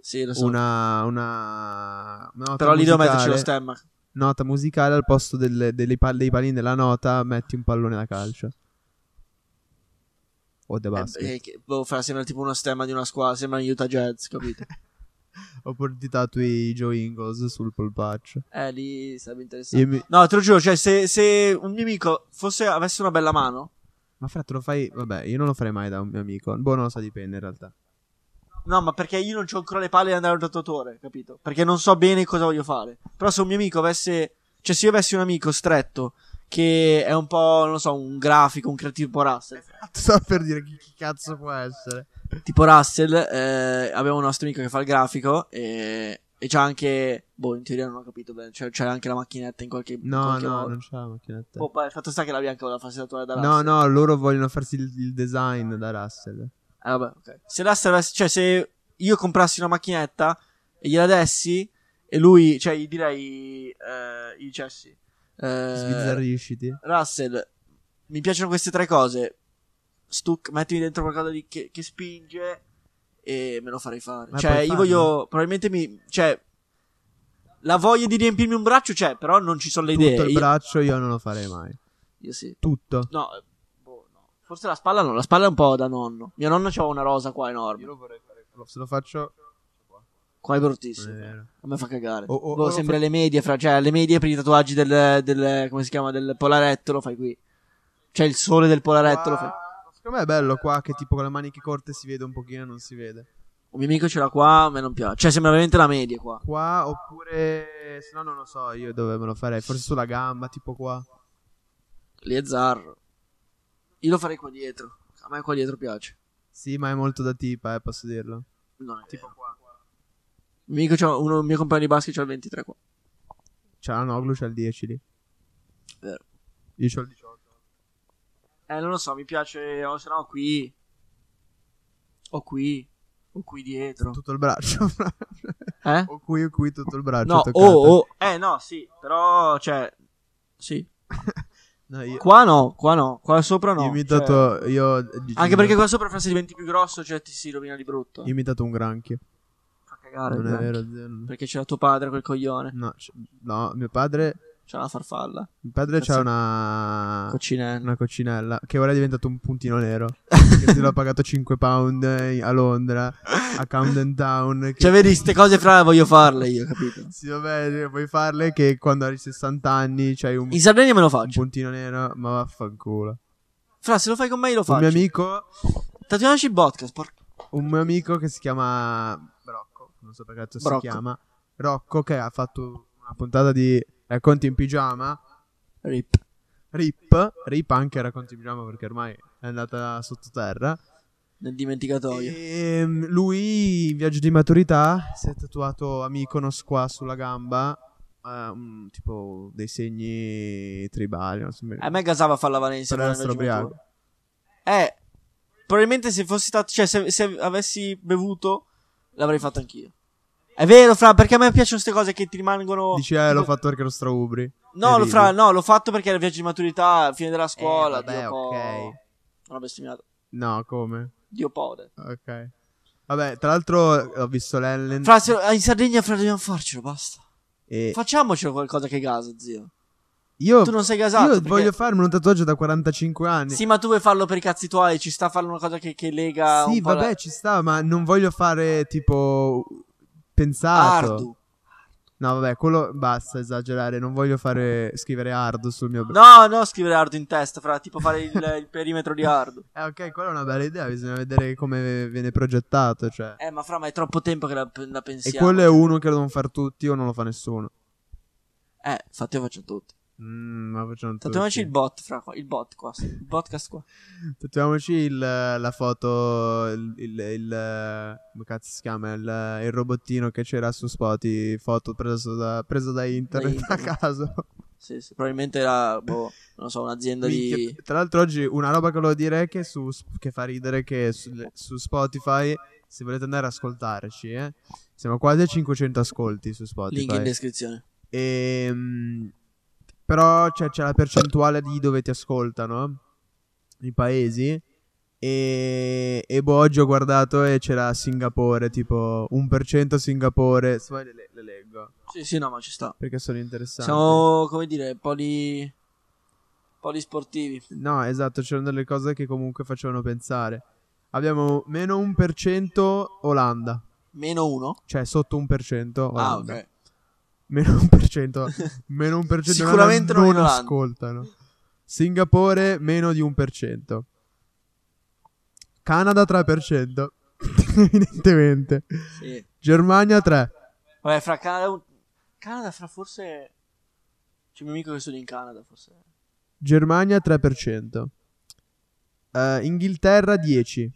Speaker 2: Sì, lo so.
Speaker 3: una una nota
Speaker 2: Esatto. Però lì devo
Speaker 3: musicale-
Speaker 2: metterci lo stemma. Eh,
Speaker 3: Nota musicale al posto delle- delle pal- dei palini della nota, metti un pallone da calcio. O da basket.
Speaker 2: Eh, eh, che- boh, fra, sembra tipo uno stemma di una squadra, sembra un Utah Jazz, capito?
Speaker 3: Oppure ti tatui Joe Ingles sul polpaccio.
Speaker 2: eh, lì sarebbe interessante.
Speaker 3: Io mi-
Speaker 2: No, te lo giuro, cioè, se, se un mio amico fosse, avesse una bella mano,
Speaker 3: Ma fra te lo fai. Vabbè, io non lo farei mai da un mio amico. Boh, non lo so, dipende in realtà.
Speaker 2: No, ma perché io non ho ancora le palle di andare al tatuatore, capito? Perché non so bene cosa voglio fare. Però se un mio amico avesse. Cioè, se io avessi un amico stretto che è un po', non lo so, un grafico, un creativo tipo Russell.
Speaker 3: Sto per dire chi, chi cazzo può essere.
Speaker 2: Tipo Russell, eh, abbiamo un nostro amico che fa il grafico e. E c'ha anche. Boh, in teoria non ho capito bene. Cioè, c'è anche la macchinetta in qualche. in
Speaker 3: No,
Speaker 2: qualche
Speaker 3: no,
Speaker 2: modo.
Speaker 3: non c'è la macchinetta.
Speaker 2: Oh, poi il fatto sta che la bianca voleva farsi tatuare da Russell.
Speaker 3: No, no, loro vogliono farsi il, il design da Russell.
Speaker 2: Ah, vabbè, ok. Se Russell avesse- cioè, se io comprassi una macchinetta e gliela dessi, e lui, cioè, gli direi, eh, gli dicessi, eh,
Speaker 3: Sbizzarrisciti.
Speaker 2: Russell, mi piacciono queste tre cose. Stuck, mettimi dentro qualcosa di- che, che spinge e me lo farei fare.
Speaker 3: Ma
Speaker 2: cioè,
Speaker 3: puoi
Speaker 2: io
Speaker 3: farlo.
Speaker 2: voglio, probabilmente mi, cioè, la voglia di riempirmi un braccio c'è, però non ci sono le idee.
Speaker 3: Tutto il
Speaker 2: Io-
Speaker 3: braccio io non lo farei mai.
Speaker 2: io sì.
Speaker 3: Tutto.
Speaker 2: No, eh, boh, no. Forse la spalla no, la spalla è un po' da nonno. Mio nonno c'aveva una rosa qua enorme.
Speaker 3: lo vorrei fare. Se lo faccio.
Speaker 2: Qua è bruttissimo.
Speaker 3: Non è vero.
Speaker 2: A me fa cagare.
Speaker 3: Eh. O- o-
Speaker 2: Boh,
Speaker 3: o-
Speaker 2: sembra le medie, fra, cioè le medie per i tatuaggi del, del- come si chiama, del polaretto lo fai qui. Cioè il sole del polaretto lo
Speaker 3: Ah,
Speaker 2: fai.
Speaker 3: Secondo me è bello qua che tipo con le maniche corte si vede un pochino e non si vede.
Speaker 2: Un mio amico ce l'ha qua, a me non piace. Cioè sembra veramente la media qua.
Speaker 3: Qua oppure se no non lo so io dove me lo farei. Forse sulla gamba, tipo qua.
Speaker 2: Lì è zarro. Io lo farei qua dietro. A me qua dietro piace.
Speaker 3: Sì, ma è molto da tipa, eh, posso dirlo.
Speaker 2: No, tipo qua. Un mio, amico c'ha- uno- un mio compagno di basket c'ha il 23 qua.
Speaker 3: C'è la Noglu, c'è il 10 lì.
Speaker 2: Vero.
Speaker 3: Io c'ho il 18.
Speaker 2: Eh, non lo so, mi piace. O se no, qui. O qui. O qui dietro.
Speaker 3: Tutto il braccio. fra.
Speaker 2: Eh?
Speaker 3: o qui o qui tutto certo il braccio.
Speaker 2: No,
Speaker 3: toccata.
Speaker 2: oh, oh. Eh, no, sì. Però, cioè. Sì.
Speaker 3: No, io,
Speaker 2: Qua no, qua no. Qua sopra no.
Speaker 3: io mi
Speaker 2: cioè,
Speaker 3: tatuo- io-
Speaker 2: Anche perché qua sopra, fra se diventi più grosso, cioè ti si rovina di brutto.
Speaker 3: Io mi tatuo un granchio.
Speaker 2: Fa cagare.
Speaker 3: Non è
Speaker 2: guarda.
Speaker 3: vero, zio. non-
Speaker 2: Perché c'era tuo padre, quel coglione.
Speaker 3: No, c- no, mio padre.
Speaker 2: C'era la farfalla.
Speaker 3: Mio padre c'ha
Speaker 2: Cazzo.
Speaker 3: una.
Speaker 2: Coccinello.
Speaker 3: una coccinella che ora è diventato un puntino nero che se l'ha pagato 5 pound eh, a Londra a Camden Town che
Speaker 2: Cioè, vedi, ste cose, fra, voglio farle io, capito?
Speaker 3: sì vabbè eh, puoi farle che quando hai 60 anni c'hai un,
Speaker 2: In Sardegna me lo
Speaker 3: un
Speaker 2: faccio.
Speaker 3: puntino nero ma vaffanculo
Speaker 2: Fra, se lo fai con me, io lo
Speaker 3: un
Speaker 2: faccio.
Speaker 3: mio amico
Speaker 2: Tatuiamoci il podcast. porca-
Speaker 3: un mio amico che si chiama Brocco non so perché cazzo si
Speaker 2: Brocco.
Speaker 3: chiama Rocco che ha fatto una puntata di racconti in pigiama
Speaker 2: Rip.
Speaker 3: Rip Rip anche racconti in pigiama perché ormai è andata sottoterra
Speaker 2: Nel dimenticatoio. Eh,
Speaker 3: Ehm, lui in viaggio di maturità si è tatuato a Mykonos qua sulla gamba eh, un- tipo dei segni tribali. Non so mi
Speaker 2: A
Speaker 3: ricordo.
Speaker 2: me gasava fare la Valencia
Speaker 3: Però
Speaker 2: per la
Speaker 3: era
Speaker 2: mia
Speaker 3: strobriaco.
Speaker 2: gioventù. Eh, probabilmente se fossi stato, cioè se, se avessi bevuto, l'avrei fatto anch'io. È vero, Fra, perché a me piacciono queste cose che ti rimangono.
Speaker 3: Dici, eh, l'ho
Speaker 2: tipo-
Speaker 3: fatto perché ero straubri.
Speaker 2: No,
Speaker 3: e
Speaker 2: lo,
Speaker 3: ridi.
Speaker 2: fra, no, l'ho fatto perché era viaggio di maturità, fine della scuola.
Speaker 3: Eh, vabbè,
Speaker 2: Dio po'.
Speaker 3: ok.
Speaker 2: Non ho bestemmiato.
Speaker 3: No, come?
Speaker 2: Dio po'. ho detto.
Speaker 3: Ok. Vabbè, tra l'altro ho visto l'Ellen.
Speaker 2: Fra, se- in Sardegna, Fra, dobbiamo farcelo, basta.
Speaker 3: e
Speaker 2: Facciamocelo qualcosa che gasa, zio.
Speaker 3: Eh. io
Speaker 2: Tu non sei gasato.
Speaker 3: io
Speaker 2: perché-
Speaker 3: voglio farmi un tatuaggio da 45 anni.
Speaker 2: Sì, ma tu vuoi farlo per i cazzi tuoi, ci sta a fare una cosa che, che lega.
Speaker 3: Sì,
Speaker 2: un po' la-
Speaker 3: vabbè, ci sta, ma non voglio fare tipo pensato.
Speaker 2: Ardu.
Speaker 3: No, vabbè, quello basta esagerare. Non voglio fare scrivere hard sul mio braccio.
Speaker 2: No, no, scrivere hard in testa, fra tipo fare il, il perimetro di hard.
Speaker 3: Eh, ok, quella è una bella idea. Bisogna vedere come viene progettato. Cioè.
Speaker 2: Eh, ma fra, ma è troppo tempo che la, la
Speaker 3: e
Speaker 2: pensiamo.
Speaker 3: quello è uno che lo devono fare tutti o non lo fa nessuno.
Speaker 2: Eh, infatti io faccio tutti.
Speaker 3: Mm, ma facciamo tutti.
Speaker 2: Tatuiamoci il bot, fra qua, il bot qua, sì, il podcast qua.
Speaker 3: Tatuiamoci il, eh, la foto. Il, il, il, eh, come cazzo si chiama? Il, eh, il robottino che c'era su Spotify. Foto preso da, preso da internet, a
Speaker 2: internet.
Speaker 3: caso.
Speaker 2: Sì, sì, probabilmente era, boh, non lo so, un'azienda
Speaker 3: Minchia,
Speaker 2: di...
Speaker 3: tra l'altro oggi una roba che volevo dire che, su, che fa ridere che su, su Spotify se volete andare ad ascoltarci eh, siamo quasi a 500 ascolti
Speaker 2: Link
Speaker 3: su
Speaker 2: in
Speaker 3: Spotify
Speaker 2: descrizione.
Speaker 3: Ehm, però c'è, c'è la percentuale di dove ti ascoltano i paesi e, e boh, oggi ho guardato e c'era Singapore tipo 1% Singapore se vuoi le, le- le leggo
Speaker 2: Sì, sì, no, ma ci sta.
Speaker 3: perché sono interessanti
Speaker 2: Siamo, come dire, poli... polisportivi.
Speaker 3: No, esatto, c'erano delle cose che comunque facevano pensare. Abbiamo meno 1% Olanda,
Speaker 2: Meno uno.
Speaker 3: cioè sotto 1%
Speaker 2: Ah,
Speaker 3: Olanda.
Speaker 2: ok.
Speaker 3: Meno 1%, meno 1%
Speaker 2: Sicuramente
Speaker 3: Olanda
Speaker 2: non in
Speaker 3: non
Speaker 2: Olanda.
Speaker 3: ascoltano. Singapore meno di 1%. Canada 3%, evidentemente.
Speaker 2: Sì.
Speaker 3: Germania 3.
Speaker 2: Vabbè, fra Canada... Canada, fra forse... C'è un mio amico che studia in Canada, forse.
Speaker 3: Germania 3%. Eh, Inghilterra 10.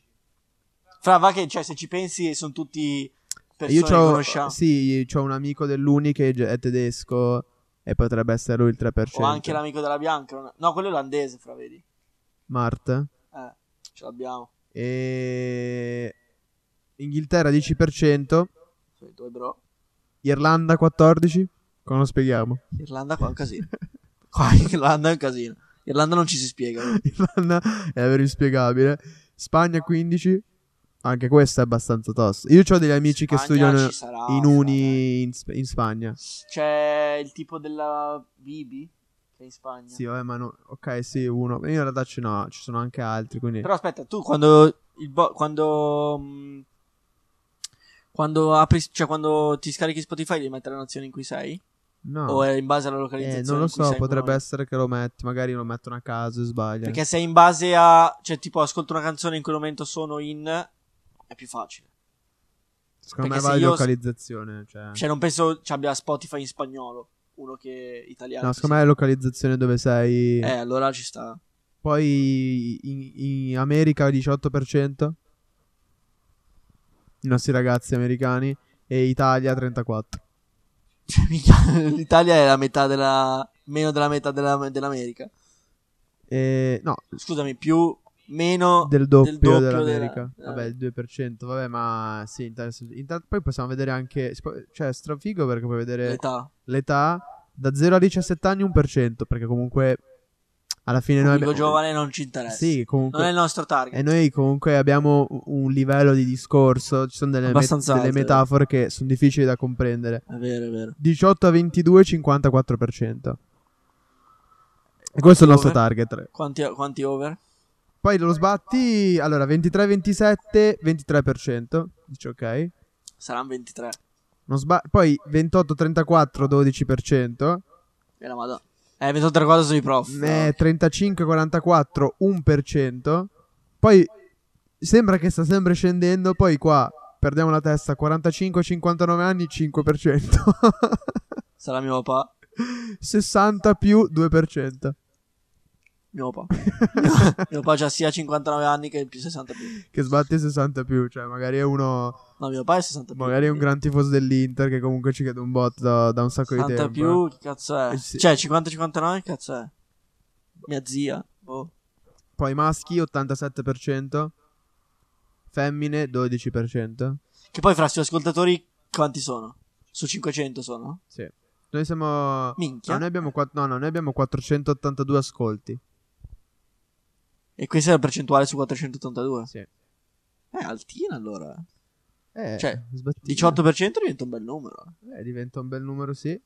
Speaker 2: Fra, va che, cioè, se ci pensi, sono tutti persone
Speaker 3: Io
Speaker 2: che
Speaker 3: c'ho,
Speaker 2: conosciamo.
Speaker 3: sì, c'ho un amico dell'Uni che è tedesco e potrebbe essere lui il 3%.
Speaker 2: Ho anche l'amico della Bianca. non- No, quello è olandese, fra, vedi.
Speaker 3: Mart.
Speaker 2: Eh, ce l'abbiamo.
Speaker 3: E... Inghilterra 10%,
Speaker 2: Sono i tuoi bro.
Speaker 3: Irlanda 14%. Come lo spieghiamo?
Speaker 2: Irlanda qua è un casino. Qua in Irlanda è un casino. Irlanda non ci si spiega. no?
Speaker 3: Irlanda è davvero inspiegabile. Spagna 15%. Anche questa è abbastanza tosta. Io ho degli amici che
Speaker 2: Spagna
Speaker 3: studiano
Speaker 2: ci sarà,
Speaker 3: in
Speaker 2: fra,
Speaker 3: Uni in, Sp- in Spagna.
Speaker 2: dai. C'è il tipo della Bibi che è in Spagna.
Speaker 3: Sì, vabbè, ma no- ok, sì, uno. Io in realtà ce n'ho, ci sono anche altri, quindi...
Speaker 2: Però aspetta, tu quando il bo- quando mh, mm, Quando apri, cioè quando ti scarichi Spotify devi mettere la nazione in cui sei?
Speaker 3: No.
Speaker 2: O è in base alla
Speaker 3: Ah. Eh,
Speaker 2: localizzazione?
Speaker 3: non lo
Speaker 2: in cui
Speaker 3: so,
Speaker 2: sei
Speaker 3: potrebbe
Speaker 2: economico?
Speaker 3: essere che lo metti, magari lo mettono a caso e sbaglio.
Speaker 2: Perché se è in base a... Cioè tipo ascolto una canzone in quel momento sono in... È più facile.
Speaker 3: Secondo
Speaker 2: perché
Speaker 3: me
Speaker 2: se
Speaker 3: va di
Speaker 2: io-
Speaker 3: localizzazione, cioè...
Speaker 2: Cioè non penso ci abbia Spotify in spagnolo. Uno che è italiano.
Speaker 3: No,
Speaker 2: che sia.
Speaker 3: secondo me è localizzazione dove sei.
Speaker 2: Eh, allora ci sta.
Speaker 3: Poi in, in America 18%. I nostri ragazzi americani. E Italia 34.
Speaker 2: Cioè, mica- L'Italia è la metà della... Meno della metà della- dell'America.
Speaker 3: E, no,
Speaker 2: Scusami, più... Meno...
Speaker 3: del doppio,
Speaker 2: doppio
Speaker 3: dell'America.
Speaker 2: della- eh,
Speaker 3: Vabbè, il 2%. Vabbè, ma sì. inter- inter- poi possiamo vedere anche. si può- Cioè, è strafigo perché puoi vedere
Speaker 2: l'età.
Speaker 3: l'età. Da 0 a 17 anni 1%. Perché comunque. Alla fine noi
Speaker 2: Pubblico
Speaker 3: abbiamo.
Speaker 2: giovane non ci interessa.
Speaker 3: Sì, comunque.
Speaker 2: Non è il nostro target.
Speaker 3: E noi comunque abbiamo un livello di discorso, ci sono delle, met-
Speaker 2: Abbastanza
Speaker 3: delle
Speaker 2: alte,
Speaker 3: metafore che sono difficili da comprendere.
Speaker 2: È vero, è vero.
Speaker 3: 18 a 22, 54%. E questo è il nostro
Speaker 2: Dove?
Speaker 3: target.
Speaker 2: Quanti, quanti over?
Speaker 3: Poi lo sbatti, allora 23 27, 23%. Dici ok.
Speaker 2: Saranno 23.
Speaker 3: Non sba- poi 28 34, 12%.
Speaker 2: E la madonna. Eh, 28 cose sono i prof.
Speaker 3: Eh, 35 44, 1%. Poi sembra che sta sempre scendendo, poi qua perdiamo la testa 45 59 anni 5%.
Speaker 2: Sarà mio papà.
Speaker 3: 60 più 2%.
Speaker 2: Mio papà. mio papà già sia 59 anni che più 60 più.
Speaker 3: che sbatte 60 più, cioè magari è uno
Speaker 2: No, mio papà è 60 più.
Speaker 3: magari è un gran tifoso dell'Inter che comunque ci chiede un bot da, da un sacco
Speaker 2: 60
Speaker 3: di tempo.
Speaker 2: più, che cazzo è?
Speaker 3: Eh, sì.
Speaker 2: Cioè, 50-59, che cazzo è? Mia zia. Boh.
Speaker 3: Poi maschi 87%, femmine 12%.
Speaker 2: Che poi fra i suoi ascoltatori quanti sono? Su 500 sono?
Speaker 3: Sì. Noi siamo
Speaker 2: Minchia.
Speaker 3: No, noi abbiamo, quat- no, no, noi abbiamo 482 ascolti.
Speaker 2: E questa è la percentuale su 482.
Speaker 3: Sì.
Speaker 2: Eh, altina allora.
Speaker 3: Eh,
Speaker 2: Cioè,
Speaker 3: sbatti-
Speaker 2: 18% diventa un bel numero.
Speaker 3: Eh, diventa un bel numero, sì.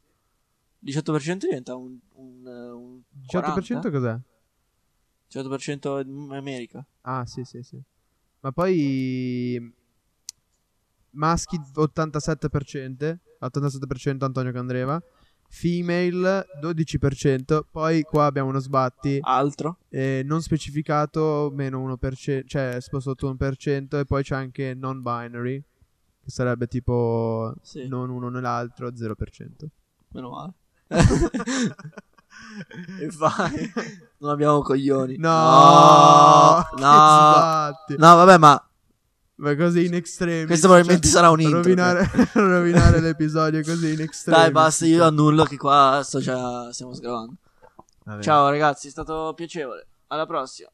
Speaker 2: 18% diventa un, un, eh, un
Speaker 3: 18%
Speaker 2: 40?
Speaker 3: cos'è?
Speaker 2: 18% in America.
Speaker 3: Ah, sì, sì, sì. Ma poi maschi 87%, 87% Antonio Candreva, female 12%, poi qua abbiamo uno sbatti
Speaker 2: Altro?
Speaker 3: eh, non specificato meno 1%, cioè sp- sotto 1% e poi c'è anche non binary che sarebbe tipo
Speaker 2: Sì.
Speaker 3: non uno né l'altro 0%.
Speaker 2: Meno male. e vai. Non abbiamo coglioni. No!
Speaker 3: No!
Speaker 2: No,
Speaker 3: Che sbatti!
Speaker 2: No, vabbè, ma
Speaker 3: Ma così in extremis.
Speaker 2: Questo probabilmente sarà un intro,
Speaker 3: Rovinare, rovinare l'episodio così in cioè. extremis.
Speaker 2: dai, basta, io annullo che qua sto già stiamo sgravando.
Speaker 3: Vabbè.
Speaker 2: Ciao ragazzi, è stato piacevole. Alla prossima.